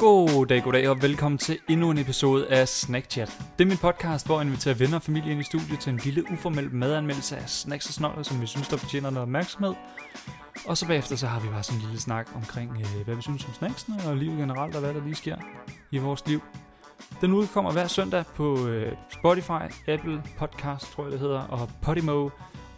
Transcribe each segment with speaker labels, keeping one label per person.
Speaker 1: Goddag, goddag og velkommen til endnu en episode af Snack Chat. Det er min podcast, hvor jeg inviterer venner og familie ind i studiet til en lille uformel madanmeldelse af snacks og snoller, som vi synes, der fortjener noget opmærksomhed. Og så bagefter så har vi bare sådan en lille snak omkring, øh, hvad vi synes om snacksene og livet generelt og hvad der lige sker i vores liv. Den udkommer hver søndag på øh, Spotify, Apple Podcast, tror jeg det hedder, og Podimo,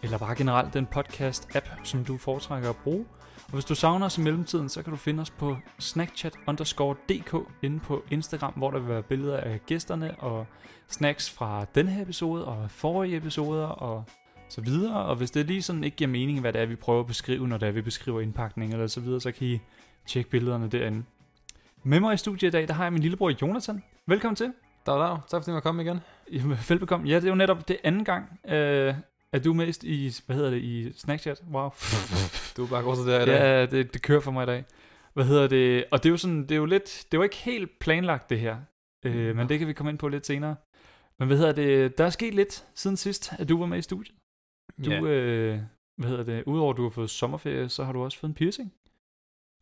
Speaker 1: eller bare generelt den podcast-app, som du foretrækker at bruge. Og hvis du savner os i mellemtiden, så kan du finde os på snackchat underscore dk inde på Instagram, hvor der vil være billeder af gæsterne og snacks fra den her episode og forrige episoder og så videre. Og hvis det lige sådan ikke giver mening, hvad det er, vi prøver at beskrive, når det er, vi beskriver indpakning eller så videre, så kan I tjekke billederne derinde. Med mig i studiet i dag, der har jeg min lillebror Jonathan. Velkommen til.
Speaker 2: Dag, dag. Tak fordi du kom igen.
Speaker 1: Jamen, Velbekomme. Ja, det er jo netop det anden gang, øh, at du er mest i, hvad hedder det, i Snackchat. Wow.
Speaker 2: Du er bare god til det her i dag.
Speaker 1: Ja, det, det kører for mig i dag. Hvad hedder det? Og det er jo sådan, det er jo lidt, det var ikke helt planlagt det her, øh, men det kan vi komme ind på lidt senere. Men hvad hedder det, der er sket lidt siden sidst, at du var med i studiet. Du,
Speaker 2: Ja.
Speaker 1: øh, hvad hedder det, udover at du har fået sommerferie, så har du også fået en piercing.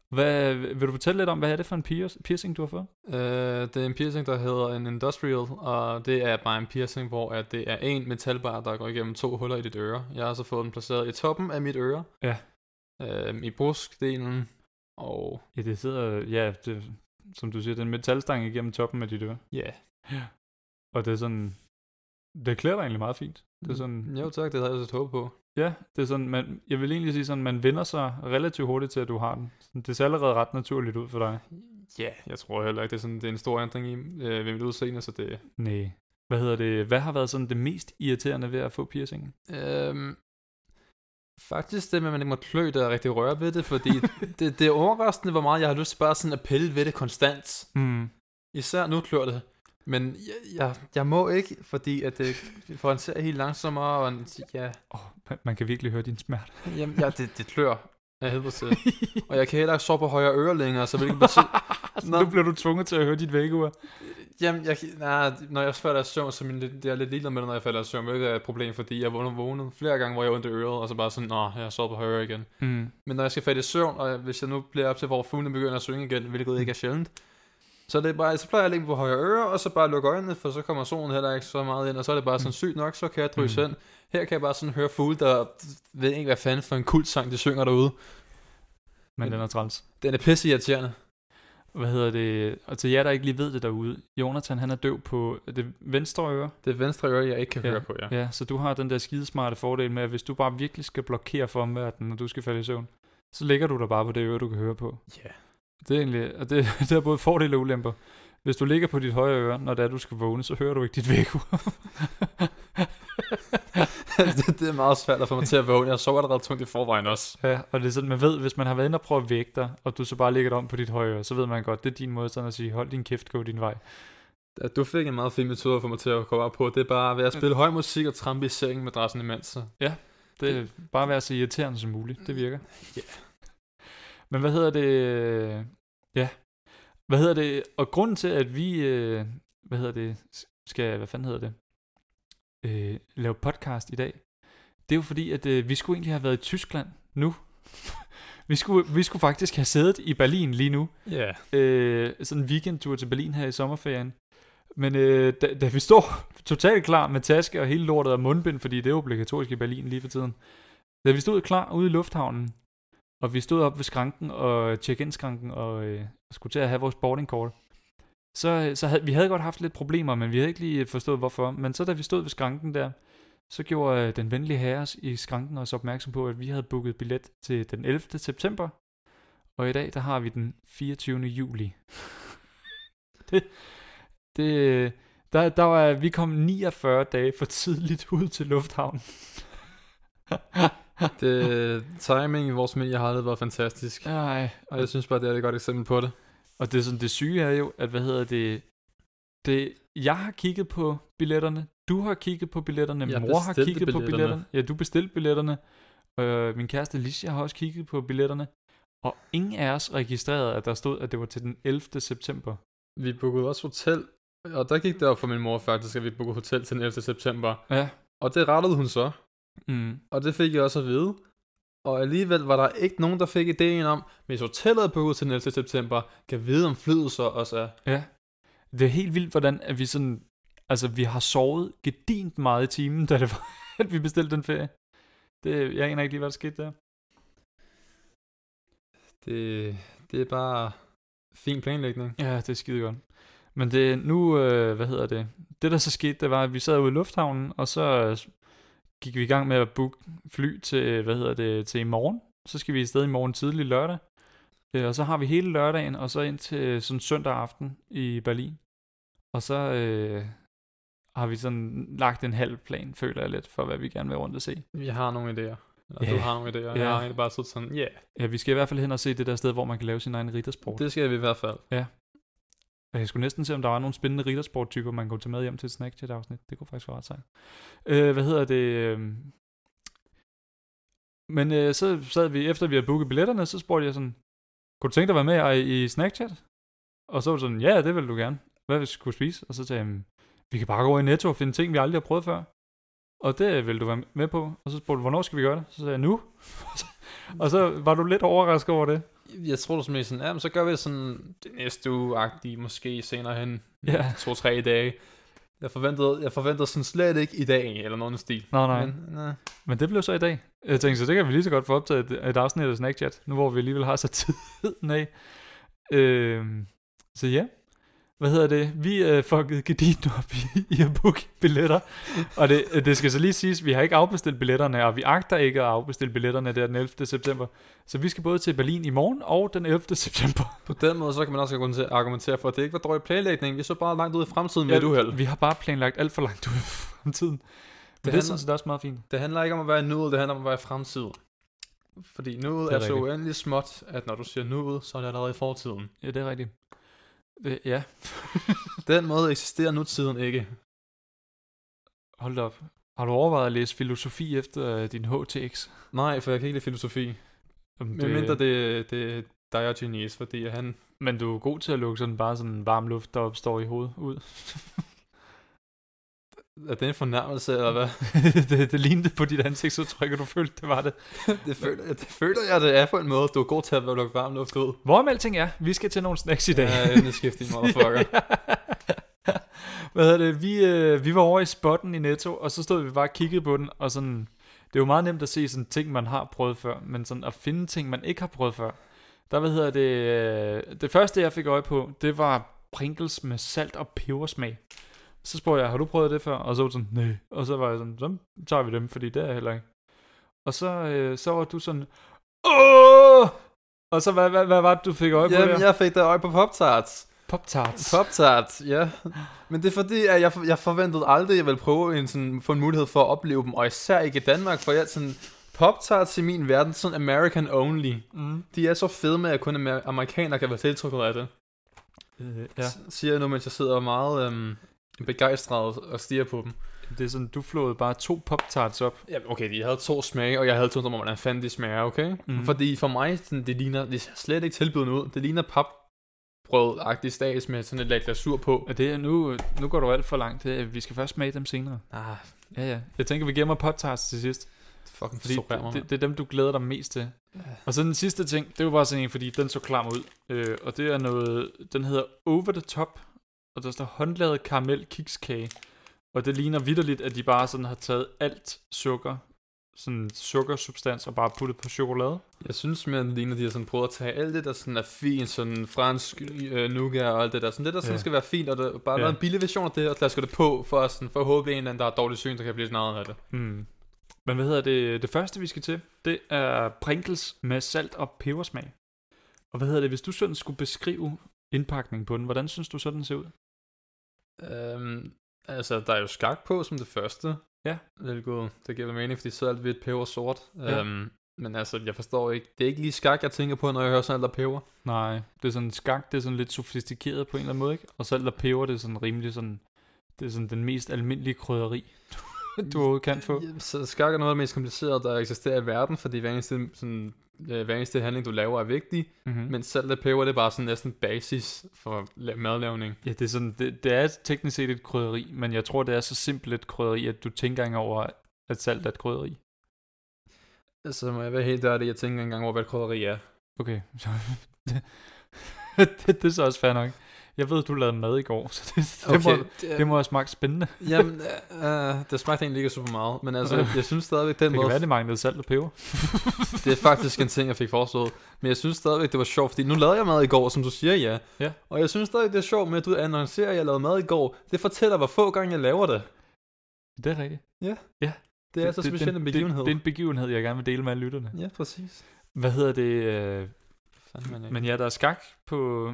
Speaker 1: Hvad, vil du fortælle lidt om, hvad er det for en pier- piercing, du har fået?
Speaker 2: Øh, det er en piercing, der hedder en industrial, og det er bare en piercing, hvor at det er en metalbar, der går igennem to huller i dit øre. Jeg har så fået den placeret i toppen af mit øre.
Speaker 1: Ja.
Speaker 2: Øh, I bruskdelen. Og
Speaker 1: Ja, det sidder, ja, det, som du siger, den metalstang igennem toppen af dit øre.
Speaker 2: ja. Yeah.
Speaker 1: Og det er sådan, det klæder dig egentlig meget fint. Det er sådan,
Speaker 2: Jo tak, det havde jeg så håbet på.
Speaker 1: Ja, det er sådan, man, jeg vil egentlig sige sådan, man vender sig relativt hurtigt til, at du har den. Sådan, Det ser allerede ret naturligt ud for dig.
Speaker 2: Ja, yeah, jeg tror heller ikke, det er, sådan, det er en stor ændring i, øh, ved mit udseende, så det,
Speaker 1: Nej. Hvad hedder det? Hvad har været sådan det mest irriterende ved at få piercingen?
Speaker 2: Øhm, faktisk det med, at man ikke må klø, der er rigtig røre ved det, fordi det, det er overraskende, hvor meget jeg har lyst til bare sådan at pille ved det konstant.
Speaker 1: Mm.
Speaker 2: Især nu klør det. Men jeg, jeg, jeg må ikke, fordi at det får en serie helt langsommere, og en, ja,
Speaker 1: Oh, man kan virkelig høre din smerte.
Speaker 2: jamen, ja det, det klør af helvede til. Og jeg kan heller ikke sove på højre øre længere, så hvilket betyder... Nå.
Speaker 1: Altså, Nu bliver du tvunget til at høre dit vækkeur.
Speaker 2: Jamen, jeg, kan- nej, når jeg falder i søvn, så er min, det er lidt ligeglad med det, når jeg falder i søvn, hvilket er et problem, fordi jeg vågner vågnet flere gange, hvor jeg er ondt i øret, og så bare sådan, nå, jeg har sovet på højre øre igen.
Speaker 1: Mm.
Speaker 2: Men når jeg skal falde i søvn, og hvis jeg nu bliver op til, hvor fuglen begynder at synge igen, hvilket ikke er sjældent, så, er det bare, så plejer jeg at ligge på højre øre, og så bare lukke øjnene, for så kommer solen heller ikke så meget ind, og så er det bare sådan sygt nok, så kan jeg dryse
Speaker 1: Mm.
Speaker 2: ind. Her kan jeg bare sådan høre fugle, der ved ikke, hvad fanden for en kultsang, de synger derude.
Speaker 1: Men den er træls.
Speaker 2: Den er pisse irriterende.
Speaker 1: Hvad hedder det? Og til jer, der ikke lige ved det derude. Jonathan, han er døv på det venstre øre.
Speaker 2: Det er venstre øre, jeg ikke kan
Speaker 1: Ja.
Speaker 2: ja. høre på, ja.
Speaker 1: Ja, så du har den der skidesmarte fordel med, at hvis du bare virkelig skal blokere for omverdenen, når du skal falde i søvn, så ligger du der bare på det øre, du kan høre på.
Speaker 2: Ja.
Speaker 1: Det er egentlig, og det, det er både fordele og ulemper. Hvis du ligger på dit højre øre, når det er, du skal vågne, så hører du ikke dit vækkeur.
Speaker 2: det, det, er meget svært at få mig til at vågne. Jeg sover allerede tungt i forvejen også.
Speaker 1: ja, og det er sådan, man ved, hvis man har været inde og prøve at vække dig, og du så bare ligger dig om på dit højre øre, så ved man godt, det er din måde sådan at sige, hold din kæft, gå din vej.
Speaker 2: At du fik en meget fin metode for mig til at komme op på, det er bare ved at spille høj musik og trampe i sengen med dressen imens. Så.
Speaker 1: Det er bare være så irriterende som muligt. Det virker.
Speaker 2: Ja.
Speaker 1: Men hvad hedder det? øh, Ja. Hvad hedder det? Og grunden til, at vi, øh, hvad hedder det, skal, hvad fanden hedder det, øh, lave podcast i dag, det er jo fordi, at øh, vi skulle egentlig have været i Tyskland nu. vi, skulle, vi skulle faktisk have siddet i Berlin lige nu
Speaker 2: Ja. Yeah.
Speaker 1: øh, sådan en weekendtur til Berlin her i sommerferien. Men øh, da, da vi står totalt klar med taske og hele lortet og mundbind, fordi det er obligatorisk i Berlin lige for tiden. Da vi stod klar ude i lufthavnen, og vi stod op ved skranken og check-in-skranken og øh, skulle til at have vores boardingkort, så, så havde, vi havde godt haft lidt problemer, men vi havde ikke lige forstået hvorfor. Men så da vi stod ved skranken der, så gjorde øh, den venlige herre os i skranken os opmærksom på, at vi havde booket billet til den 11. september, og i dag, der har vi den 24. juli. det, det, der, der var, vi kom 49 dage for tidligt ud til lufthavnen.
Speaker 2: Det, øh, timing i vores familie har aldrig været fantastisk,
Speaker 1: Ej,
Speaker 2: og jeg synes bare, det er et godt eksempel på det.
Speaker 1: Og det, er sådan, det syge er jo, at hvad hedder det, det, jeg har kigget på billetterne, du har kigget på billetterne,
Speaker 2: Jeg
Speaker 1: mor har
Speaker 2: bestilte
Speaker 1: kigget på
Speaker 2: billetterne.
Speaker 1: billetterne, ja, du bestilte billetterne, øh, min kæreste Alicia har også kigget på billetterne, og ingen af os registrerede, at der stod, at det var til den 11. september.
Speaker 2: Vi bookede også hotel, og der gik det op for min mor faktisk, at vi bookede hotel til den 11. september.
Speaker 1: Ja.
Speaker 2: Og det rettede hun så,
Speaker 1: Mm.
Speaker 2: og det fik jeg også at vide. Og alligevel var der ikke nogen, der fik ideen om, hvis hotellet er booket til den 11. september, kan vide om flyet så også er.
Speaker 1: Ja. Det er helt vildt, hvordan at vi sådan... Altså, vi har sovet gedint meget i timen, da det var, at vi bestilte den ferie. Det, jeg aner ikke lige, hvad der skete der.
Speaker 2: Det, det er bare fin planlægning.
Speaker 1: Ja, det er skide godt. Men det nu, øh, hvad hedder det? Det der så skete, det var, at vi sad ude i lufthavnen, og så øh, gik vi i gang med at booke fly til, hvad hedder det, til i morgen. Så skal vi i sted i morgen tidlig lørdag. Øh, og så har vi hele lørdagen, og så ind til øh, sådan søndag aften i Berlin. Og så øh, har vi sådan lagt en halv plan, føler jeg lidt, for hvad vi gerne vil rundt og se.
Speaker 2: Jeg har nogle idéer. Eller
Speaker 1: Ja.
Speaker 2: du har nogle idéer.
Speaker 1: Ja.
Speaker 2: Jeg har egentlig bare siddet sådan, ja, yeah,
Speaker 1: Ja, vi skal i hvert fald hen og se det der sted, hvor man kan lave sin egen riddersport. Det...
Speaker 2: det skal vi i hvert fald.
Speaker 1: Jeg skulle næsten se, om der var nogle spændende riddersporttyper, man kunne tage med hjem til et snack til et afsnit. Det kunne faktisk være ret sejt. Øh, hvad hedder det? øhm, Men øh, så sad vi, efter vi havde booket billetterne, så spurgte jeg sådan, kunne du tænke dig at være med i, i Snackchat? Og så var det sådan, ja, det vil du gerne. Hvad vil du skulle spise? Og så sagde jeg, "Jamen, vi kan bare gå over i Netto og finde ting, vi aldrig har prøvet før. Og det vil du være med på. Og så spurgte du, hvornår skal vi gøre det? Så sagde jeg, nu. og så var du lidt overrasket over det.
Speaker 2: Jeg tror, du sådan, ja, men så gør vi det sådan det næste uge-agtigt, måske senere hen,
Speaker 1: Ja.
Speaker 2: to-tre dage. Jeg forventede, jeg forventede sådan slet ikke i dag, eller nogen stil.
Speaker 1: Nej, nej.
Speaker 2: Men, nej.
Speaker 1: Men det blev så i dag. Jeg tænkte, så det kan vi lige så godt få optaget et, et afsnit af Snack Chat, nu hvor vi alligevel har så tid af. Øhm, så ja, hvad hedder det? Vi øh, fuckede gedint op i, i at booke billetter. Og det, øh, det skal så lige siges, vi har ikke afbestilt billetterne, og vi agter ikke at afbestille billetterne der den 11. september. Så vi skal både til Berlin i morgen og den 11. september.
Speaker 2: På den måde, så kan man også gå til at argumentere for, at det ikke var drøj planlægning. Vi så bare langt ud i fremtiden med et uheld.
Speaker 1: Vi har bare planlagt alt for langt ud i fremtiden. Men det, det er
Speaker 2: handler-
Speaker 1: sådan set også meget fint.
Speaker 2: Det handler ikke om at være i nuet, det handler om at være i fremtiden. Fordi nuet
Speaker 1: Det
Speaker 2: er,
Speaker 1: er
Speaker 2: er så
Speaker 1: rigtigt.
Speaker 2: uendelig småt, at når du siger nuet, så er det allerede i fortiden.
Speaker 1: Ja, det er rigtigt. Det, ja,
Speaker 2: Den måde eksisterer nutiden ikke.
Speaker 1: Hold da op. Har du overvejet at læse filosofi efter øh, din HTX?
Speaker 2: Nej, for jeg kan ikke lide filosofi.
Speaker 1: Om
Speaker 2: Men mindre det, det er Diogenes, fordi han...
Speaker 1: Men du er god til at lukke sådan bare sådan en varm luft, der opstår i hovedet ud.
Speaker 2: Er det en fornærmelse, eller hvad?
Speaker 1: det, det lignede på dit ansigtsudtryk, og du følte, det var det.
Speaker 2: det, føler, det føler jeg, det er på en måde. Du er god til at lukke varm luft ud. Øh,
Speaker 1: Hvorom alting er, vi skal til nogle snacks i dag.
Speaker 2: Jeg er emneskift, din motherfucker.
Speaker 1: Hvad hedder det? Vi, øh, vi var over i spotten i Netto, og så stod vi bare og kiggede på den, og sådan... Det er jo meget nemt at se sådan ting, man har prøvet før, men sådan at finde ting, man ikke har prøvet før. Der, hvad hedder det... Øh, det første, jeg fik øje på, det var Pringles med salt og pebersmag. Så spurgte jeg, har du prøvet det før? Og så var du sådan, nej. Og så var jeg sådan, så tager vi dem, fordi det er jeg heller ikke. Og så, øh, så var du sådan, åh! Og så, hvad, hvad, hvad var det, du fik øje på der?
Speaker 2: Jamen, jeg fik da øje på Pop-Tarts.
Speaker 1: Pop-tarts.
Speaker 2: Pop-Tart, ja. Men det er fordi, at jeg, jeg forventede aldrig, at jeg ville prøve en, sådan, få en mulighed for at opleve dem, og især ikke i Danmark, for jeg sådan, Pop-Tarts i min verden, sådan American only.
Speaker 1: Mm.
Speaker 2: De er så fede med, at kun amer- amerikanere kan være tiltrukket af det.
Speaker 1: Øh,
Speaker 2: Ja. Siger jeg nu, mens jeg sidder meget øhm, begejstret og stiger på dem.
Speaker 1: Det er sådan, du flåede bare to pop-tarts op.
Speaker 2: Ja, okay, de havde to smage, og jeg havde tænkt om, hvordan fanden de smager, okay?
Speaker 1: Mhm.
Speaker 2: Mm. Fordi for mig, sådan, det ligner, det ser slet ikke tilbydende ud. Det ligner papbrød-agtig stags med sådan et lag glasur på.
Speaker 1: Og det er nu, nu går du alt for langt. Det er- Vi skal først smage dem senere.
Speaker 2: Ah,
Speaker 1: Ja, ja. Jeg tænker, vi gemmer pop-tarts til sidst.
Speaker 2: fucking
Speaker 1: Fordi
Speaker 2: forstår jeg mig,
Speaker 1: det,
Speaker 2: mand.
Speaker 1: det, det, er dem, du glæder dig mest til. Og så den sidste ting, det var bare sådan en, fordi den så klam ud. Øh, og det er noget, den hedder Over the Top. Og der står håndlavet karamel kikskage. Og det ligner vidderligt, at de bare sådan har taget alt sukker, sådan sukkersubstans, og bare puttet på chokolade.
Speaker 2: Jeg synes mere, det ligner, de har sådan prøvet at tage alt det, der sådan er fint, sådan fransk øh, nougat og alt det der. Sådan det, der sådan
Speaker 1: Ja.
Speaker 2: ja. skal være fint, og der, bare
Speaker 1: Ja.
Speaker 2: ja. en billig version af det, og klasker det på, for at sådan, forhåbentlig en eller anden, der har dårlig syn, der kan blive sådan af det.
Speaker 1: Mm. Men hvad hedder det? Det første, vi skal til, det er Pringles med salt og pebersmag. Og hvad hedder det, hvis du sådan skulle beskrive indpakningen på den, hvordan synes du så, den ser ud?
Speaker 2: Øhm, altså, der er jo skak på som det første.
Speaker 1: Ja.
Speaker 2: Hvilket, det giver mening, fordi så er alt hvidt, peber og sort.
Speaker 1: Ja.
Speaker 2: Ja. Øhm, men altså, jeg forstår ikke, det er ikke lige skak, jeg tænker på, når jeg hører sådan alt der peber.
Speaker 1: Nej, det er sådan skak, det er sådan lidt sofistikeret på en eller anden måde, ikke? Og salt og peber, det er sådan rimelig sådan, det er sådan den mest almindelige krydderi, du overhovedet kan få.
Speaker 2: Jamen, Så skak er noget af det mest komplicerede, der eksisterer i verden, fordi hver eneste, sådan, øh, hver eneste handling, du laver, er vigtig.
Speaker 1: Mm-hmm.
Speaker 2: Men salt og peber, det er bare sådan næsten basis for la- madlavning.
Speaker 1: Ja, det er, sådan, det, det er teknisk set et krydderi, men jeg tror, det er så simpelt et krydderi, at du tænker ikke over, at salt er et krydderi.
Speaker 2: Altså, må jeg være helt ærlig, jeg tænker ikke engang over, hvad et krydderi er.
Speaker 1: Okay, så det, det, det er så også fair nok. Jeg ved, du lavede mad i går, så det, det, okay. må, det må have smagt spændende.
Speaker 2: Jamen, øh, det smagte egentlig ikke super meget, men altså, jeg synes stadigvæk, den
Speaker 1: Det kan
Speaker 2: måde...
Speaker 1: være, det manglede salt og peber.
Speaker 2: Det er faktisk en ting, jeg fik foreslået. Men jeg synes stadigvæk, det var sjovt, fordi nu lavede jeg mad i går, som du siger, ja.
Speaker 1: Ja.
Speaker 2: Og jeg synes stadigvæk, det er sjovt med, at du annoncerer, at jeg lavede mad i går. Det fortæller, hvor få gange jeg laver det.
Speaker 1: Det er rigtigt.
Speaker 2: Det er så speciel en begivenhed.
Speaker 1: Det, det er en begivenhed, jeg gerne vil dele med alle lytterne.
Speaker 2: Ja, præcis.
Speaker 1: Hvad hedder det? Øh,
Speaker 2: Fandme
Speaker 1: men ja, der er skak på,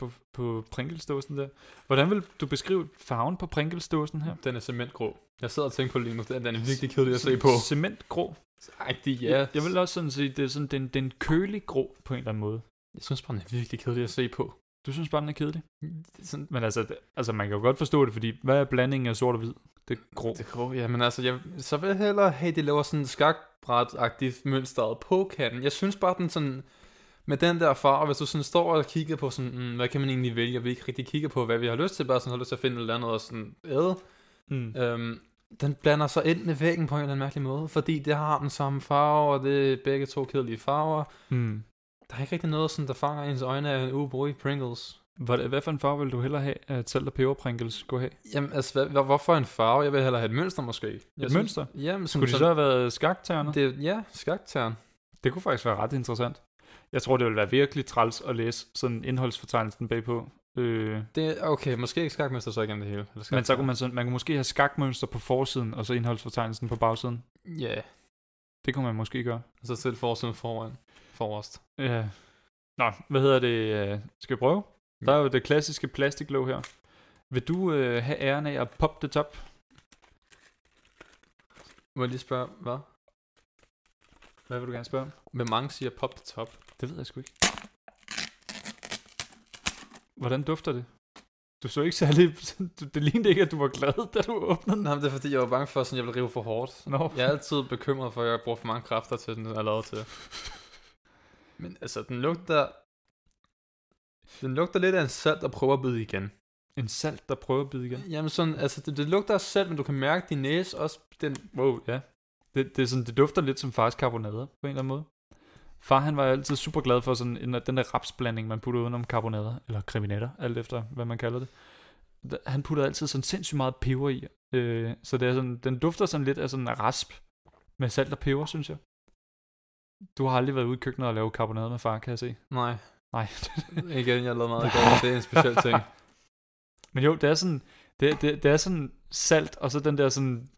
Speaker 1: på, på Pringles-dåsen der. Hvordan vil du beskrive farven på Pringles-dåsen her?
Speaker 2: Den er cementgrå. Jeg sidder og tænker på det lige nu. Den, den er virkelig kedelig at se på.
Speaker 1: Cementgrå.
Speaker 2: Ej, det
Speaker 1: Jeg, jeg vil også sådan sige, det er sådan, den, den kølig grå på en eller anden måde.
Speaker 2: jeg synes bare, den er virkelig kedelig at se på.
Speaker 1: Du synes bare, den er kedelig.
Speaker 2: Det er sådan,
Speaker 1: Men altså, det, altså man kan jo godt forstå det, fordi hvad er blandingen af sort og hvid? Det er grå.
Speaker 2: det er grå, ja, men altså, jeg, så vil jeg hellere have, at de laver sådan en skakbræt-agtigt mønstret på kanten. Jeg synes bare, den sådan, med den der farve, hvis du sådan står og kigger på sådan, mm, hvad kan man egentlig vælge, og vi ikke rigtig kigger på, hvad vi har lyst til, bare sådan har lyst til at finde et eller andet og sådan æde,
Speaker 1: Mm.
Speaker 2: øhm, den blander sig ind med væggen på en eller anden mærkelig måde, fordi det har den samme farve, og det er begge to kedelige farver.
Speaker 1: Mm.
Speaker 2: Der er ikke rigtig noget, sådan, der fanger ens øjne af en ubrug i Pringles.
Speaker 1: Hvad, hvad for en farve vil du hellere have, at salt og peber Pringles skulle have?
Speaker 2: Jamen, altså, hvad, hvad, hvorfor en farve? Jeg vil hellere have et mønster, måske. Jeg
Speaker 1: Et
Speaker 2: synes-
Speaker 1: mønster?
Speaker 2: Jamen, sådan,
Speaker 1: Skulle det så have været skaktærne? Det,
Speaker 2: Det, ja, skagtern.
Speaker 1: det kunne faktisk være ret interessant. Jeg tror, det ville være virkelig træls at læse sådan indholdsfortegnelsen bagpå. Øh,
Speaker 2: Det, okay, måske ikke skakmester så igennem det hele. Eller
Speaker 1: men så kunne
Speaker 2: man...
Speaker 1: man, sådan, man kunne måske have skakmønster på forsiden, og så indholdsfortegnelsen på bagsiden.
Speaker 2: Ja, yeah.
Speaker 1: Det kunne man måske gøre.
Speaker 2: og så sætte forsiden foran. Forrest.
Speaker 1: Ja. Nå, hvad hedder det? øh, Skal vi prøve? Der er jo det klassiske plastiklåg her. Vil du øh, have æren af at poppe det top?
Speaker 2: Må jeg lige spørge, hvad?
Speaker 1: Hvad vil du gerne spørge om?
Speaker 2: Hvor mange siger pop the top?
Speaker 1: Det ved jeg sgu ikke. Hvordan dufter det? Du så ikke særlig... du- Det lignede ikke, at du var glad, da du åbnede den.
Speaker 2: Nej, men det er fordi, jeg var bange for, at jeg ville rive for hårdt.
Speaker 1: Nå.
Speaker 2: Jeg er altid bekymret for, at jeg bruger for mange kræfter til, den er lavet til. Men altså, den lugter... Den lugter lidt af en salt og prøver at bide igen.
Speaker 1: En salt, der prøver at bide igen.
Speaker 2: Jamen sådan, altså det, det lugter af salt, men du kan mærke din næse også. Den,
Speaker 1: Wow, ja. Det, det, er sådan, det dufter lidt som fars karbonader, på en eller anden måde. Far, han var altid super glad for sådan, en- den der rapsblanding, man putter udenom karbonader, eller kriminetter, alt efter, hvad man kalder det. Da- Han putter altid sådan sindssygt meget peber i. Øh, så det er sådan, den dufter sådan lidt af sådan en rasp med salt og peber, synes jeg. Du har aldrig været ude i køkkenet og lave karbonader med far, kan jeg se.
Speaker 2: nej,
Speaker 1: Nej.
Speaker 2: igen, jeg lavede meget i går, det er en speciel ting.
Speaker 1: Men jo, det er sådan, det, det, det er sådan salt, og så den der sådan...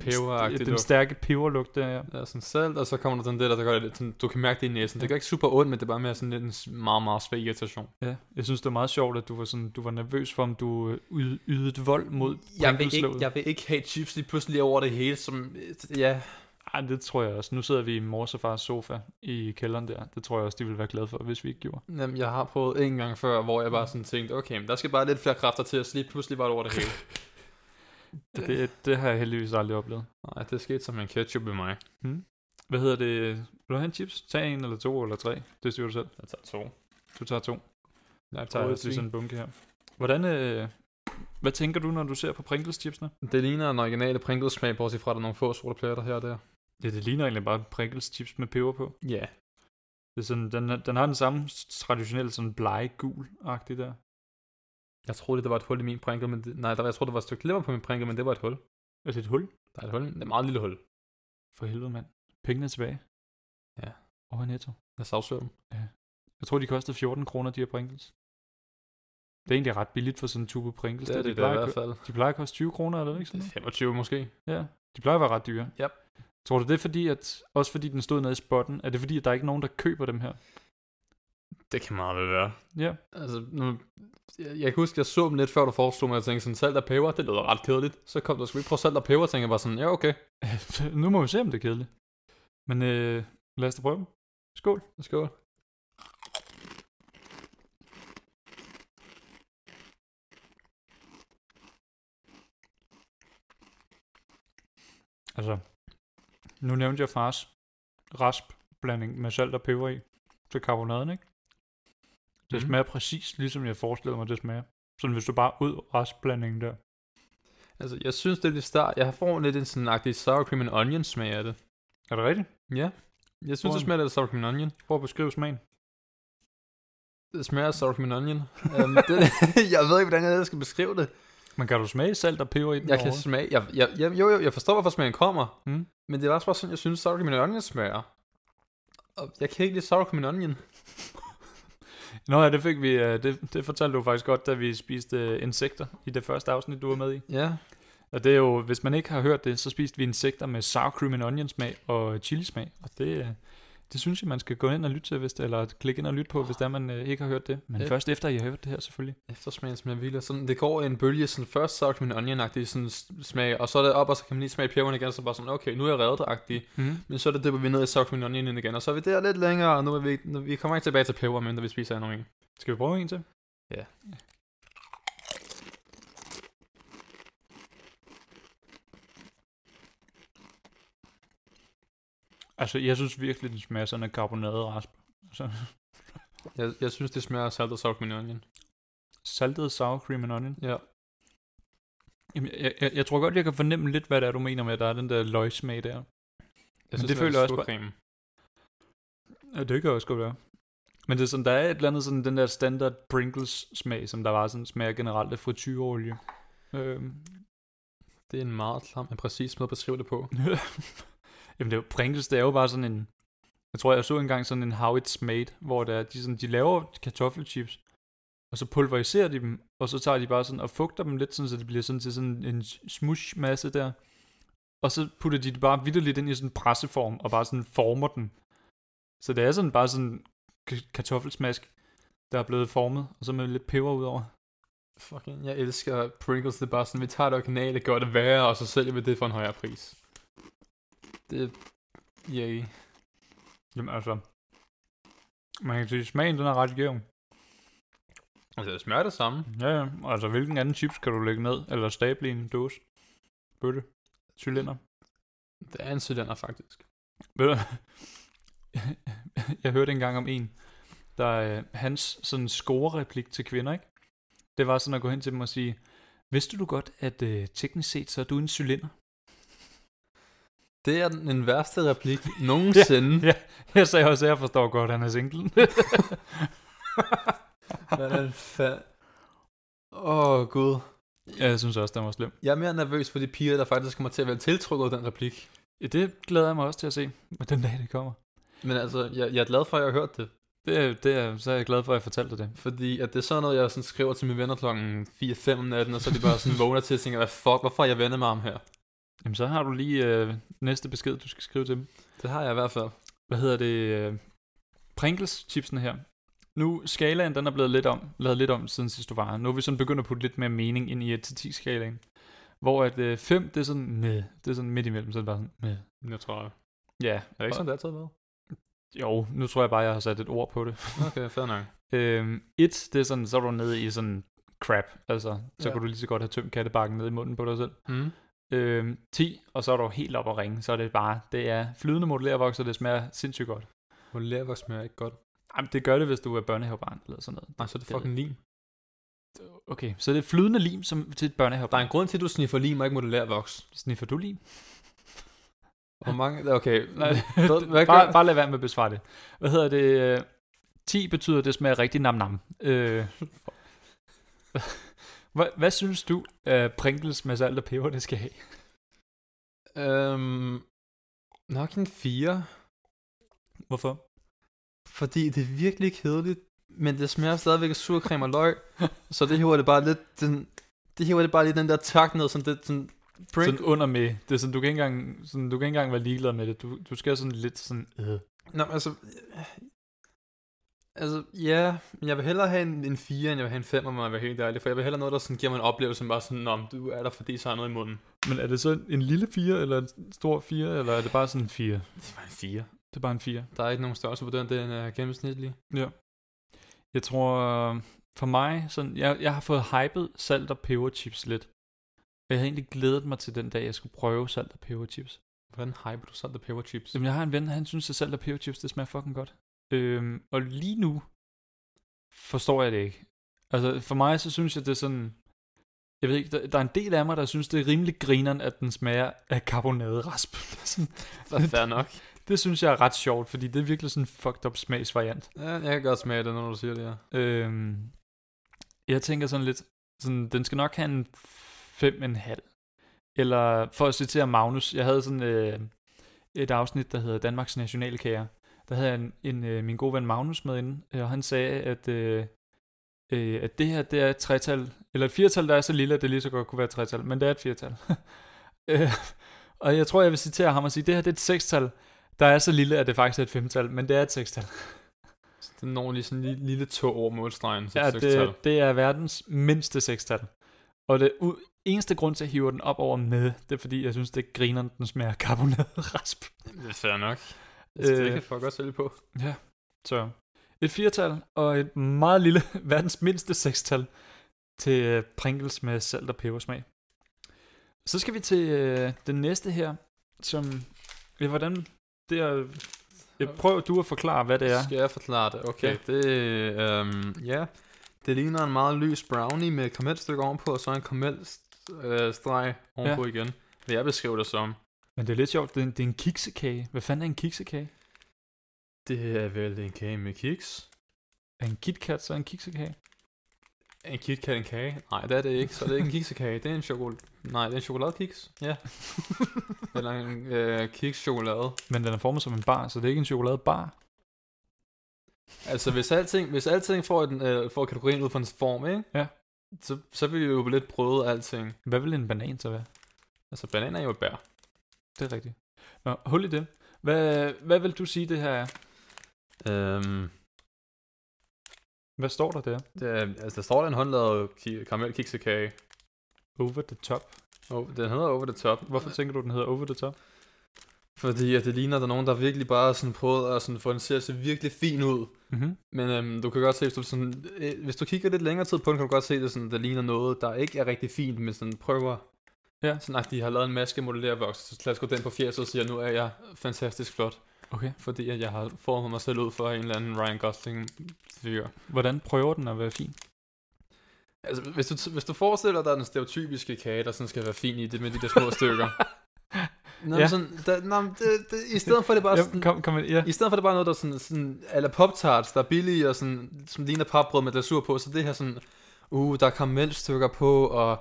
Speaker 2: Peberagtig
Speaker 1: Den
Speaker 2: duft.
Speaker 1: stærke peberlugt der, ja.
Speaker 2: Der er sådan salt, og så kommer der den der, der gør det lidt sådan, du kan mærke det i næsen. Det gør ikke super ondt, men det er bare mere sådan lidt en s- meget, meget svag irritation.
Speaker 1: Ja, jeg synes, det var meget sjovt, at du var, sådan, du var nervøs for, om du øh, yd, ydede vold mod Pringleslovet.
Speaker 2: jeg vil ikke have chips lige pludselig over det hele, som, øh, ja.
Speaker 1: Ej, det tror jeg også. Nu sidder vi i mors og fars sofa i kælderen der. Det tror jeg også, de ville være glade for, hvis vi ikke gjorde.
Speaker 2: Jamen, jeg har prøvet en gang før, hvor jeg bare sådan tænkte, okay, men der skal bare lidt flere kræfter til, og så lige pludselig var det over det hele.
Speaker 1: Det, det, det har jeg heldigvis aldrig oplevet.
Speaker 2: Nej, det skete som en ketchup med mig.
Speaker 1: Hvad hedder det? Vil du have en chips? Tag en eller to eller tre. Det styrer du selv.
Speaker 2: Jeg tager to.
Speaker 1: Du tager to.
Speaker 2: Jeg
Speaker 1: Jeg tager også lige sådan en bunke her. Hvordan, øh, hvad tænker du, når du ser på Pringles chipsene?
Speaker 2: Det ligner en originale Pringles smag, bortset fra, at der er nogle få sodapletter her og der.
Speaker 1: Ja, det ligner egentlig bare Pringles chips med peber på.
Speaker 2: Ja.
Speaker 1: Det er sådan, den, den har den samme traditionelle sådan blege gul-agtig der.
Speaker 2: Jeg troede, det var et hul i min Pringle, men det, nej, der, var- jeg troede, der var et stykke lever på min Pringle, men det var et hul.
Speaker 1: Er det et hul?
Speaker 2: Der er et hul, det er et meget lille hul.
Speaker 1: For helvede, mand. Pengene er tilbage.
Speaker 2: Ja.
Speaker 1: Over i netto.
Speaker 2: Jeg sagsøger dem.
Speaker 1: Jeg tror, de kostede 14 kroner, de her Pringles. Det er egentlig ret billigt for sådan en tube Pringles.
Speaker 2: Det er
Speaker 1: de,
Speaker 2: det, der i
Speaker 1: plejer, at
Speaker 2: hvert
Speaker 1: kø-
Speaker 2: fald.
Speaker 1: de plejer at koste 20 kroner, eller ikke sådan noget?
Speaker 2: 25 måske.
Speaker 1: Ja. De plejer at være ret dyre.
Speaker 2: Yep.
Speaker 1: Tror du, det er fordi, at, også fordi den stod nede i spotten, er det fordi, at der er ikke nogen, der køber dem her?
Speaker 2: Det kan meget vel være.
Speaker 1: Ja.
Speaker 2: Altså, nu, jeg, jeg kan huske, jeg så dem lidt før du foreslog mig, og jeg tænkte sådan, salt og peber, det lyder ret kedeligt. Så kom der, skulle vi ikke prøve salt og peber, og tænkte jeg bare sådan, ja okay,
Speaker 1: nu må vi se, om det er kedeligt. Men øh, lad os da prøve dem. Skål.
Speaker 2: skål.
Speaker 1: Altså, nu nævnte jeg fars raspblanding med salt og peber i til karbonaden, ikke? Det
Speaker 2: Mhm.
Speaker 1: smager præcis, ligesom jeg forestillede mig, det smager. Sådan hvis du bare ud raspblandingen der.
Speaker 2: Altså, jeg synes, det er lidt start. Jeg får lidt en sådan agtig sour cream and onion smag af det.
Speaker 1: Er det rigtigt?
Speaker 2: Ja. Jeg synes,
Speaker 1: Hvor-
Speaker 2: det smager lidt af sour cream and onion.
Speaker 1: Prøv at beskrive smagen.
Speaker 2: Det smager af sour cream and onion. um, det, jeg ved ikke, hvordan jeg skal beskrive det.
Speaker 1: Men kan du smage salt og peber i den
Speaker 2: Jeg kan smage... Jeg, jeg, jeg, jo, jo, jeg forstår, hvorfor smagen kommer.
Speaker 1: Mm.
Speaker 2: Men det er også bare sådan, jeg synes, sour cream and onion smager. Og jeg kan ikke lide sour cream and onion.
Speaker 1: Nå ja, det fik vi, øh, det, det fortalte du faktisk godt, da vi spiste øh, insekter i det første afsnit, du var med i.
Speaker 2: Ja.
Speaker 1: Og det er jo, hvis man ikke har hørt det, så spiste vi insekter med sour cream and onion smag og chili smag. Og det, øh, det synes jeg, man skal gå ind og lytte til, hvis det, eller klikke ind og lytte på, hvis det er, man øh, ikke har hørt det. Men
Speaker 2: Ja.
Speaker 1: først efter, I har hørt det her selvfølgelig.
Speaker 2: Eftersmagen smager vildt. og Sådan, det går i en bølge, sådan først sour cream and onion-agtig sådan, s- smag, og så er det op, og så kan man lige smage peberen igen, og så bare sådan, okay, nu er jeg reddet
Speaker 1: Mm.
Speaker 2: Men så er det det, hvor vi er nede i sour cream and onion igen, og så er vi der lidt længere, og nu er vi, nu, vi kommer ikke tilbage til peber, men vi spiser endnu en.
Speaker 1: Skal vi prøve en til?
Speaker 2: Ja.
Speaker 1: Altså, jeg synes virkelig, den smager sådan af karbonaderasp.
Speaker 2: Jeg, jeg synes, det smager af saltet sour cream and onion.
Speaker 1: Saltet sour cream and onion.
Speaker 2: Ja.
Speaker 1: Jamen, jeg, jeg, jeg, tror godt, jeg kan fornemme lidt, hvad det er, du mener med, at der er den der løgsmag der.
Speaker 2: Jeg
Speaker 1: det føler jeg også bare-
Speaker 2: Creme.
Speaker 1: Ja, det kan også godt være. Men det er sådan, der er et eller andet sådan, den der standard Pringles-smag, som der var sådan, smager generelt af frityreolie. Øhm,
Speaker 2: Det er en meget klam, men præcis måde at beskrive det på.
Speaker 1: Jamen det er jo, Pringles, det er jo bare sådan en... Jeg tror, jeg så engang sådan en How It's Made, hvor der, de, sådan, de laver kartoffelchips, og så pulveriserer de dem, og så tager de bare sådan og fugter dem lidt, sådan, så det bliver sådan til sådan en smush masse der. Og så putter de det bare vidderligt ind i sådan en presseform, og bare sådan former den. Så det er sådan bare sådan k- kartoffelsmask, der er blevet formet, og så med lidt peber udover.
Speaker 2: Fucking, jeg elsker Pringles. Det er bare sådan, vi tager det originale, gør det værre, og så sælger vi det for en højere pris. Det Yay.
Speaker 1: Jamen altså, man kan sige, smagen den er ret jævn.
Speaker 2: Altså, det smager det samme.
Speaker 1: Ja, ja. Altså, hvilken anden chips kan du lægge ned? Eller stable i en dåse? Bøtte? Cylinder?
Speaker 2: Det er en cylinder, faktisk.
Speaker 1: Ved du, jeg hørte engang om en, der øh, hans sådan score-replik til kvinder, ikke? Det var sådan at gå hen til dem og sige, vidste du godt, at øh, teknisk set, så er du en cylinder?
Speaker 2: Det er den, den værste replik nogensinde.
Speaker 1: Ja. Jeg sagde også, at jeg forstår godt, at han er single.
Speaker 2: Hvordan fa- Åh, oh, gud.
Speaker 1: ja, jeg synes også, den var slem.
Speaker 2: Jeg er mere nervøs for de piger, der faktisk kommer til at være tiltrukket af den replik.
Speaker 1: Ja, det glæder jeg mig også til at se, men den dag det kommer.
Speaker 2: Men altså, jeg, jeg er glad for, at jeg har hørt det.
Speaker 1: Det, er- det, er- så er jeg glad for, at jeg fortalte det.
Speaker 2: Fordi at det er sådan noget, jeg sådan skriver til mine venner klokken 4-5 om natten, og så er de bare sådan vågner til og tænker, hvad fuck, hvorfor har jeg venner med ham her?
Speaker 1: Jamen, så har du lige øh, næste besked, du skal skrive til dem.
Speaker 2: Det har jeg i hvert fald.
Speaker 1: hvad hedder det, øh, Pringles-chipsene her. Nu, skalaen den er blevet lidt om, lavet lidt om siden sidst du var her. Nu er vi sådan begyndt at putte lidt mere mening ind i 1-10-skalaen. Hvor at 5, det er sådan, med. Det er sådan midt imellem, så er det bare sådan, med.
Speaker 2: Jeg tror jeg.
Speaker 1: Ja,
Speaker 2: Er det ikke sådan, det altid har været?
Speaker 1: jo, nu tror jeg bare, jeg har sat et ord på det.
Speaker 2: Okay, fair nok.
Speaker 1: Øhm, et, det er sådan, så er du nede i sådan crap, altså, så
Speaker 2: Ja.
Speaker 1: ja. kan du lige så godt have tømt kattebakken ned i munden på dig selv.
Speaker 2: Mm.
Speaker 1: Øhm, 10, og så er du helt op at ringe, så er det bare, det er flydende modellervoks, og det smager sindssygt godt.
Speaker 2: Modellervoks smager ikke godt.
Speaker 1: Jamen, det gør det, hvis du er børnehavebarn eller sådan noget.
Speaker 2: Nej, så er det
Speaker 1: Det ved
Speaker 2: fucking lim.
Speaker 1: Okay, så det er flydende lim som til et børnehave.
Speaker 2: Der er en grund til, at du sniffer lim og ikke modellervoks.
Speaker 1: Sniffer du lim?
Speaker 2: Hvor mange... Okay,
Speaker 1: Nej,
Speaker 2: Hvad- hvad
Speaker 1: bare,
Speaker 2: gør-
Speaker 1: bare lad være med at besvare det. Hvad hedder det? øh, 10 betyder, at det smager rigtig nam-nam. Øh, hvad, hvad synes du, at Pringles med salt og peber, det skal have?
Speaker 2: øhm, nok en 4.
Speaker 1: Hvorfor?
Speaker 2: Fordi det er virkelig kedeligt, men det smager stadigvæk af surcreme og løg. så det hiver det bare lidt... Den, det hiver det bare lidt den der tak ned, sådan det... Sådan, Pring,
Speaker 1: Sådan under med. Det er sådan, du kan ikke engang, sådan, du kan ikke engang være ligeglad med det. Du, du skal sådan lidt sådan... Øh.
Speaker 2: Nå, men altså... øh, Altså, ja, men jeg vil hellere have en, en 4, end jeg vil have en 5, om jeg vil være helt ærlig, for jeg vil hellere noget, der sådan giver mig en oplevelse, end bare sådan, nå, men du er der, fordi så har noget i munden.
Speaker 1: Men er det så en lille fire, eller en stor fire, eller er det bare sådan en fire?
Speaker 2: Det var en 4.
Speaker 1: Det er bare en fire.
Speaker 2: Der er ikke nogen størrelse på den, det er en uh, gennemsnitlig.
Speaker 1: Jeg tror, øh, for mig, sådan, jeg, jeg har fået hypet salt og peberchips lidt. Og jeg havde egentlig glædet mig til den dag, jeg skulle prøve salt og peberchips.
Speaker 2: Hvordan hyper du salt og peberchips?
Speaker 1: Jamen, jeg har en ven, han synes, at salt og peberchips, det smager fucking godt. Øhm, og lige nu forstår jeg det ikke. Altså, for mig, så synes jeg, det er sådan... Jeg ved ikke, der, der er en del af mig, der synes, det er rimelig grineren, at den smager af karbonaderasp.
Speaker 2: Så er det fair nok.
Speaker 1: det synes jeg er ret sjovt, fordi det er virkelig sådan en fucked up smagsvariant.
Speaker 2: Ja, jeg kan godt smage det, når du siger det, ja.
Speaker 1: Øhm, jeg tænker sådan lidt, sådan, den skal nok have en 5,5. Eller for at citere Magnus, jeg havde sådan øh, et afsnit, der hedder Danmarks Nationalkager. Der havde jeg en, en øh, min gode ven Magnus med inde, øh, og han sagde, at, øh, øh, at det her det er et tretal, eller et firtal, der er så lille, at det lige så godt kunne være et tretal, men det er et firtal. øh, og jeg tror, jeg vil citere ham og sige, det her det er et sekstal, der er så lille, at det faktisk er et femtal, men det er et sekstal.
Speaker 2: Så Den når lige sådan en lille, lille tog over målstregen. Så
Speaker 1: Ja,
Speaker 2: ja,
Speaker 1: det, det er verdens mindste sekstal. Og det u- eneste grund til, at jeg hiver den op over med, det er fordi, jeg synes, det griner, den smager af karboneret rasp.
Speaker 2: det er fair nok. Altså, øh, det
Speaker 1: Øh,
Speaker 2: kan jeg fuck godt sælge på.
Speaker 1: Så et firtal og et meget lille, verdens mindste sekstal til øh, Pringles med salt og pebersmag. Så skal vi til øh, den næste her, som... Ja, hvordan... Det er, jeg prøver du at forklare, hvad det er.
Speaker 2: Skal jeg forklare det? Okay,
Speaker 1: Ja.
Speaker 2: ja. det øhm, ja. Det ligner en meget lys brownie med kamelstykke ovenpå, og så en kamelstreg øh, ovenpå ja. igen. Vil jeg beskrive det som?
Speaker 1: Men det er lidt sjovt, det er en, det er en kiksekage. Hvad fanden er en kiksekage?
Speaker 2: Det er vel en kage med kiks?
Speaker 1: Er en KitKat så en kiksekage?
Speaker 2: En KitKat en kage? Nej, det er det ikke. Så det er ikke en kiksekage. Det er en chokolade. Nej, det er en chokoladekiks. Ja. Eller en øh, kikschokolade.
Speaker 1: Men den er formet som en bar, så det er ikke en chokoladebar.
Speaker 2: Altså, hvis alting, hvis alting får, en, øh, får kategorien ud fra en form, ikke?
Speaker 1: Ja.
Speaker 2: Så, så vil vi jo lidt prøve alting.
Speaker 1: Hvad vil en banan så være?
Speaker 2: Altså, bananer er jo et bær.
Speaker 1: Det er rigtigt. Nå, hul i det. Hvad, hvad vil du sige, det her er?
Speaker 2: Øhm,
Speaker 1: Hvad står der der?
Speaker 2: det er, altså, der står der en håndlavet ki- karamelkiksekage.
Speaker 1: Over the top.
Speaker 2: Oh, den hedder Over the Top.
Speaker 1: Hvorfor tænker du, den hedder over the top?
Speaker 2: Fordi at det ligner, at der er nogen, der virkelig bare sådan prøvet at sådan få den til at se virkelig fin ud.
Speaker 1: Mm-hmm.
Speaker 2: Men øhm, du kan godt se, hvis du, sådan, øh, hvis du kigger lidt længere tid på den, kan du godt se, det sådan, der ligner noget, der ikke er rigtig fint, men sådan prøver.
Speaker 1: Ja.
Speaker 2: Sådan, at de har lavet en maske modellervoks, så lad os gå den på fjerset og sige, nu er jeg fantastisk flot,
Speaker 1: Okay.
Speaker 2: fordi at jeg har formet mig selv ud for en eller anden Ryan Gosling fyr.
Speaker 1: Hvordan prøver den at være fin?
Speaker 2: Altså, hvis du, hvis du forestiller dig den stereotypiske kage, der sådan skal være fin i det med de der små stykker. Nå,
Speaker 1: Ja.
Speaker 2: ja. sådan, der, nå, men det, det, i stedet for det bare
Speaker 1: Ja,
Speaker 2: sådan,
Speaker 1: kom, kom, ind. ja.
Speaker 2: I stedet for det er bare noget, der sådan, sådan eller pop-tarts, der er billige og sådan, som ligner papbrød med glasur på, så det her sådan, uh, der er karamelstykker på, og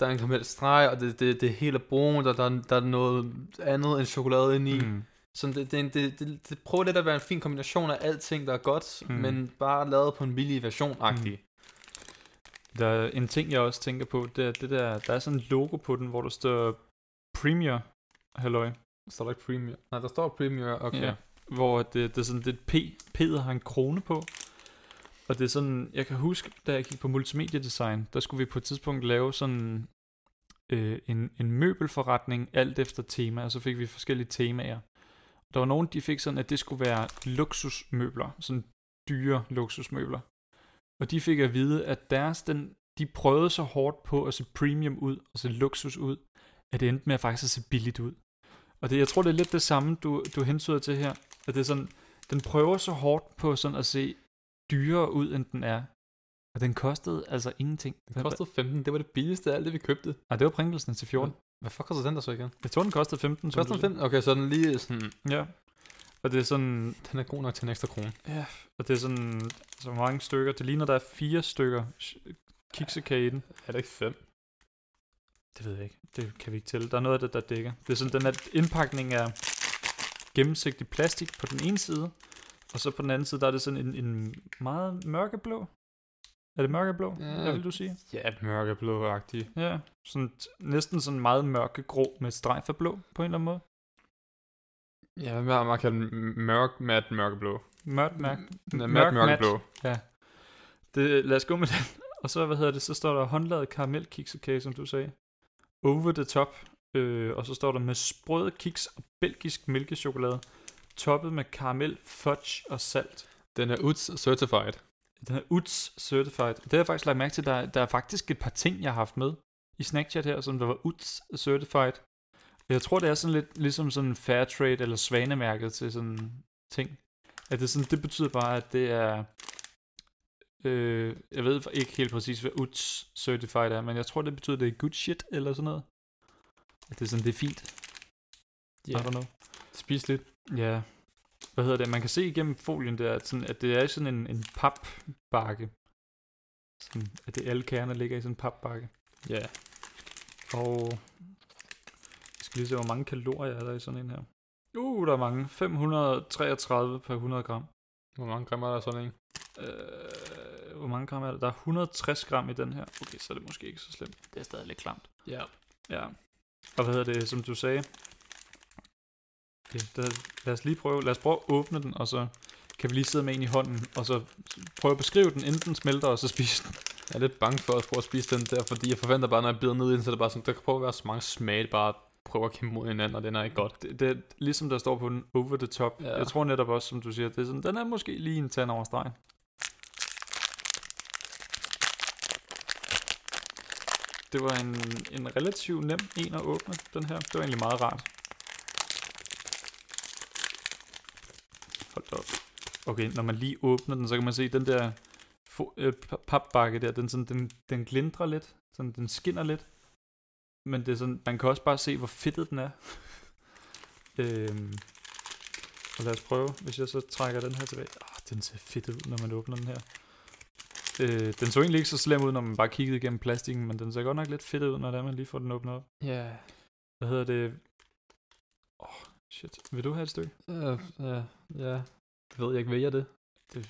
Speaker 2: der er en karamelstreg, og det, det, det hele er brunt, og der, er- der er noget andet end chokolade inde i. Mm.
Speaker 1: Mm.
Speaker 2: Så det, det, det, det, det, prøver lidt at være en fin kombination af alting, der er godt,
Speaker 1: Mm.
Speaker 2: mm. men bare lavet på en billig version-agtig. Mm.
Speaker 1: Der er en ting, jeg også tænker på, det er det der, der er sådan en logo på den, hvor der står Premier, halløj.
Speaker 2: Står der ikke Premier? Nej, der står Premier, okay.
Speaker 1: Ja.
Speaker 2: Ja.
Speaker 1: Hvor det, det er sådan lidt P. P'et har en krone på. Og det er sådan, jeg kan huske, da jeg gik på multimediedesign, der skulle vi på et tidspunkt lave sådan øh, en, en møbelforretning, alt efter tema, og så fik vi forskellige temaer. Der var nogen, de fik sådan, at det skulle være luksusmøbler, sådan dyre luksusmøbler. Og de fik at vide, at deres, den, de prøvede så hårdt på at se premium ud, og se luksus ud, at det endte med at faktisk at se billigt ud. Og det, jeg tror, det er lidt det samme, du, du hensyder til her. At det er sådan, den prøver så hårdt på sådan at se dyrere ud, end den er. Og den kostede altså ingenting.
Speaker 2: Den kostede 15, det var det billigste af alt det, vi købte.
Speaker 1: Nej, det var Pringlesen til 14.
Speaker 2: Hvad fuck kostede den der så igen?
Speaker 1: Jeg tror, den kostede 15. som
Speaker 2: Kostede
Speaker 1: du
Speaker 2: den 15? Okay, så er den lige sådan,
Speaker 1: sagde. Ja. Og det er sådan,
Speaker 2: den er god nok til en ekstra krone.
Speaker 1: ja, og det er sådan, så mange stykker. Det ligner, der er fire stykker sh- kiksekage i den.
Speaker 2: Er det ikke 5?
Speaker 1: Det ved jeg ikke. Det kan vi ikke tælle. Der er noget af det, der dækker. Det er sådan, den her indpakning er gennemsigtig plastik på den ene side, og så på den anden side, der er det sådan en, en meget mørkeblå. Er det mørkeblå?
Speaker 2: Ja.
Speaker 1: Hvad vil du sige?
Speaker 2: Ja, mørkeblå-agtig.
Speaker 1: Ja, sådan, t- næsten sådan meget mørkegrå med strejf af blå på en eller anden måde.
Speaker 2: Ja, hvad med, man kalder den mørk, mat, mørkeblå?
Speaker 1: Mørkt, mørkt.
Speaker 2: Nej,
Speaker 1: Mørk, mat.
Speaker 2: mat, Mm, mørkeblå.
Speaker 1: Det, lad os gå med den. Og så, hvad hedder det, så står der håndlavet karamelkiksekage, som du sagde. Over the top. Øh, og så står der med sprød kiks og belgisk mælkechokolade. Toppet med karamel, fudge og salt.
Speaker 2: Den er UTS certified.
Speaker 1: Den er UTS certified. Det har jeg faktisk lagt mærke til. Der, der er faktisk et par ting, jeg har haft med i Snackchat her, som der var UTS certified. Jeg tror, det er sådan lidt ligesom sådan fair trade eller svanemærket til sådan ting. At det, sådan, det betyder bare, at det er Øh, jeg ved ikke helt præcis, hvad UTS Certified er, men jeg tror, det betyder, det er good shit eller sådan noget. At det er sådan, det er fint.
Speaker 2: Ja.
Speaker 1: I don't know.
Speaker 2: Spis lidt.
Speaker 1: Ja. Hvad hedder det? Man kan se igennem folien der, at, sådan, at det er sådan en, en papbakke. Sådan, at det alle kerner ligger i sådan en papbakke.
Speaker 2: Ja.
Speaker 1: Og jeg skal lige se, hvor mange kalorier er der i sådan en her. Uh, der er mange. 533 per 100 gram.
Speaker 2: Hvor mange grammer er der sådan en?
Speaker 1: Øh, hvor mange gram er der? Der er 160 gram i den her. Okay, så er det måske ikke så slemt. Det er stadig lidt klamt.
Speaker 2: Ja.
Speaker 1: Ja. Og hvad hedder det, som du sagde? Okay, der, lad os lige prøve. Lad os prøve at åbne den, og så kan vi lige sidde med en i hånden, og så prøve at beskrive den, inden den smelter, og så spise den.
Speaker 2: Jeg er lidt bange for at prøve at spise den der, fordi jeg forventer bare, når jeg bider ned i den, så er det bare sådan, der kan prøve at være så mange smag, det bare prøver at kæmpe mod hinanden, og den er ikke godt.
Speaker 1: Det, det, er ligesom der står på den, over the top.
Speaker 2: Ja.
Speaker 1: Ja. Jeg tror netop også, som du siger, det er sådan, den er måske lige en tand over stregen. Det var en, en relativt nem en at åbne, den her. Det var egentlig meget rart. Hold da op. Okay, når man lige åbner den, så kan man se den der fo- øh, pa- papbakke der, den, sådan, den, den glindrer lidt, sådan, den skinner lidt. Men det er sådan, man kan også bare se, hvor fedtet den er. øhm, og lad os prøve, hvis jeg så trækker den her tilbage. Ah, den ser fedtet ud, når man åbner den her. Øh, den så egentlig ikke så slem ud, når man bare kiggede igennem plastikken, men den ser godt nok lidt fedtet ud, når det er, man lige får den åbnet op.
Speaker 2: Ja.
Speaker 1: Hvad hedder det? Åh, oh, shit. Vil du have et stykke?
Speaker 2: Ja, Øh, ja, ja. Det ved jeg ikke, vil jeg det?
Speaker 1: Det,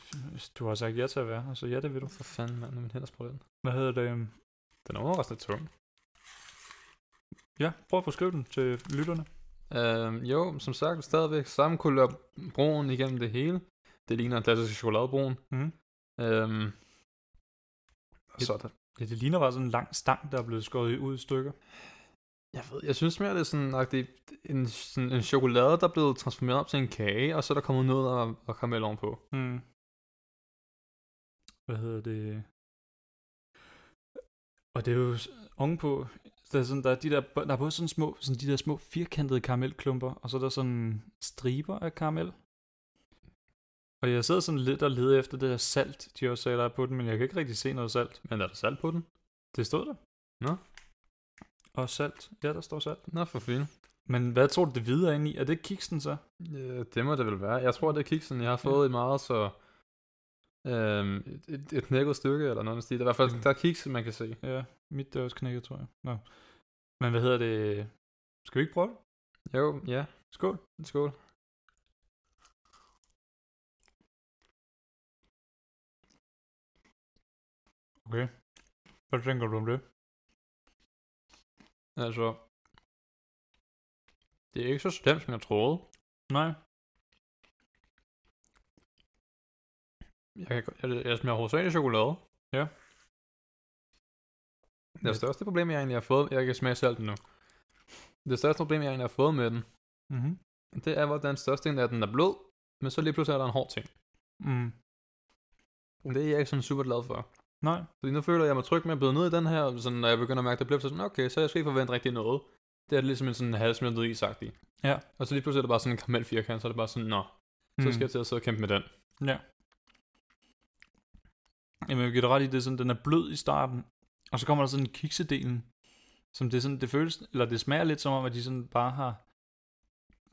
Speaker 1: du har sagt ja til at være her, så ja, det vil du.
Speaker 2: For fanden, mand, når min hænder sprøjter den.
Speaker 1: Hvad hedder det? øhm,
Speaker 2: Den er overraskende tung.
Speaker 1: Ja, prøv at beskrive den til lytterne.
Speaker 2: Øhm, jo, som sagt, stadigvæk samme kulør brun igennem det hele. Det ligner en klassisk chokoladebrun.
Speaker 1: Mm.
Speaker 2: Øhm, og så er der
Speaker 1: Ja, det ligner bare sådan en lang stang, der er blevet skåret ud i stykker.
Speaker 2: Jeg ved, jeg synes mere, det er sådan, at det er en, sådan en chokolade, der er blevet transformeret op til en kage, og så er der kommet noget og, og karamel ovenpå.
Speaker 1: Mm. Hvad hedder det? Og det er jo s- ovenpå, der er, sådan, der, er de der, der er både sådan små, sådan de der små firkantede karamelklumper, og så er der sådan striber af karamel. Og jeg sidder sådan lidt og leder efter det der salt, de også sagde, der er på den, men jeg kan ikke rigtig se noget salt.
Speaker 2: Men er der salt på den?
Speaker 1: Det stod der.
Speaker 2: Nå.
Speaker 1: Og salt. Ja, der står salt.
Speaker 2: Nå, for fint.
Speaker 1: Men hvad tror du, det hvide er inde i? Er det kiksen så?
Speaker 2: Øh, det må det vel være. Jeg tror, det er kiksen, jeg har fået i meget, så... Øhm, et, et, et knækket stykke eller noget i den stil. Der er i hvert fald
Speaker 1: Mm.
Speaker 2: der er kiks, man kan se.
Speaker 1: Ja, mit er også knækket, tror jeg. Nå. Men hvad hedder det? Skal vi ikke prøve det?
Speaker 2: Jo, ja.
Speaker 1: Skål.
Speaker 2: Skål.
Speaker 1: Hvad tænker du om det?
Speaker 2: Altså... Det er ikke så slemt, som jeg troede.
Speaker 1: Nej.
Speaker 2: Jeg, kan, godt- jeg, jeg smager hovedsageligt chokolade.
Speaker 1: Ja.
Speaker 2: Det største problem, jeg egentlig har fået, jeg kan smage salten nu. Det største problem, jeg egentlig har fået med den,
Speaker 1: Mm-hmm.
Speaker 2: det er, hvordan størstedelen af den er blød, men så lige pludselig er der en hård ting.
Speaker 1: Mm.
Speaker 2: Det er jeg ikke sådan super glad for.
Speaker 1: Nej.
Speaker 2: Fordi nu føler jeg mig tryg med at bide ned i den her, og sådan, når jeg begynder at mærke, at det bliver så sådan, okay, så jeg skal ikke forvente rigtig noget. Det er ligesom en sådan halvsmeltet isagtig.
Speaker 1: Ja.
Speaker 2: Og så lige pludselig er det bare sådan en karamelfirkant, så er det bare sådan, nå,
Speaker 1: Mm.
Speaker 2: så skal jeg til at sidde og kæmpe med den.
Speaker 1: Jamen, jeg giver dig ret i, det er sådan, den er blød i starten, og så kommer der sådan kiksedelen, som det er sådan, det føles, eller det smager lidt som om, at de sådan bare har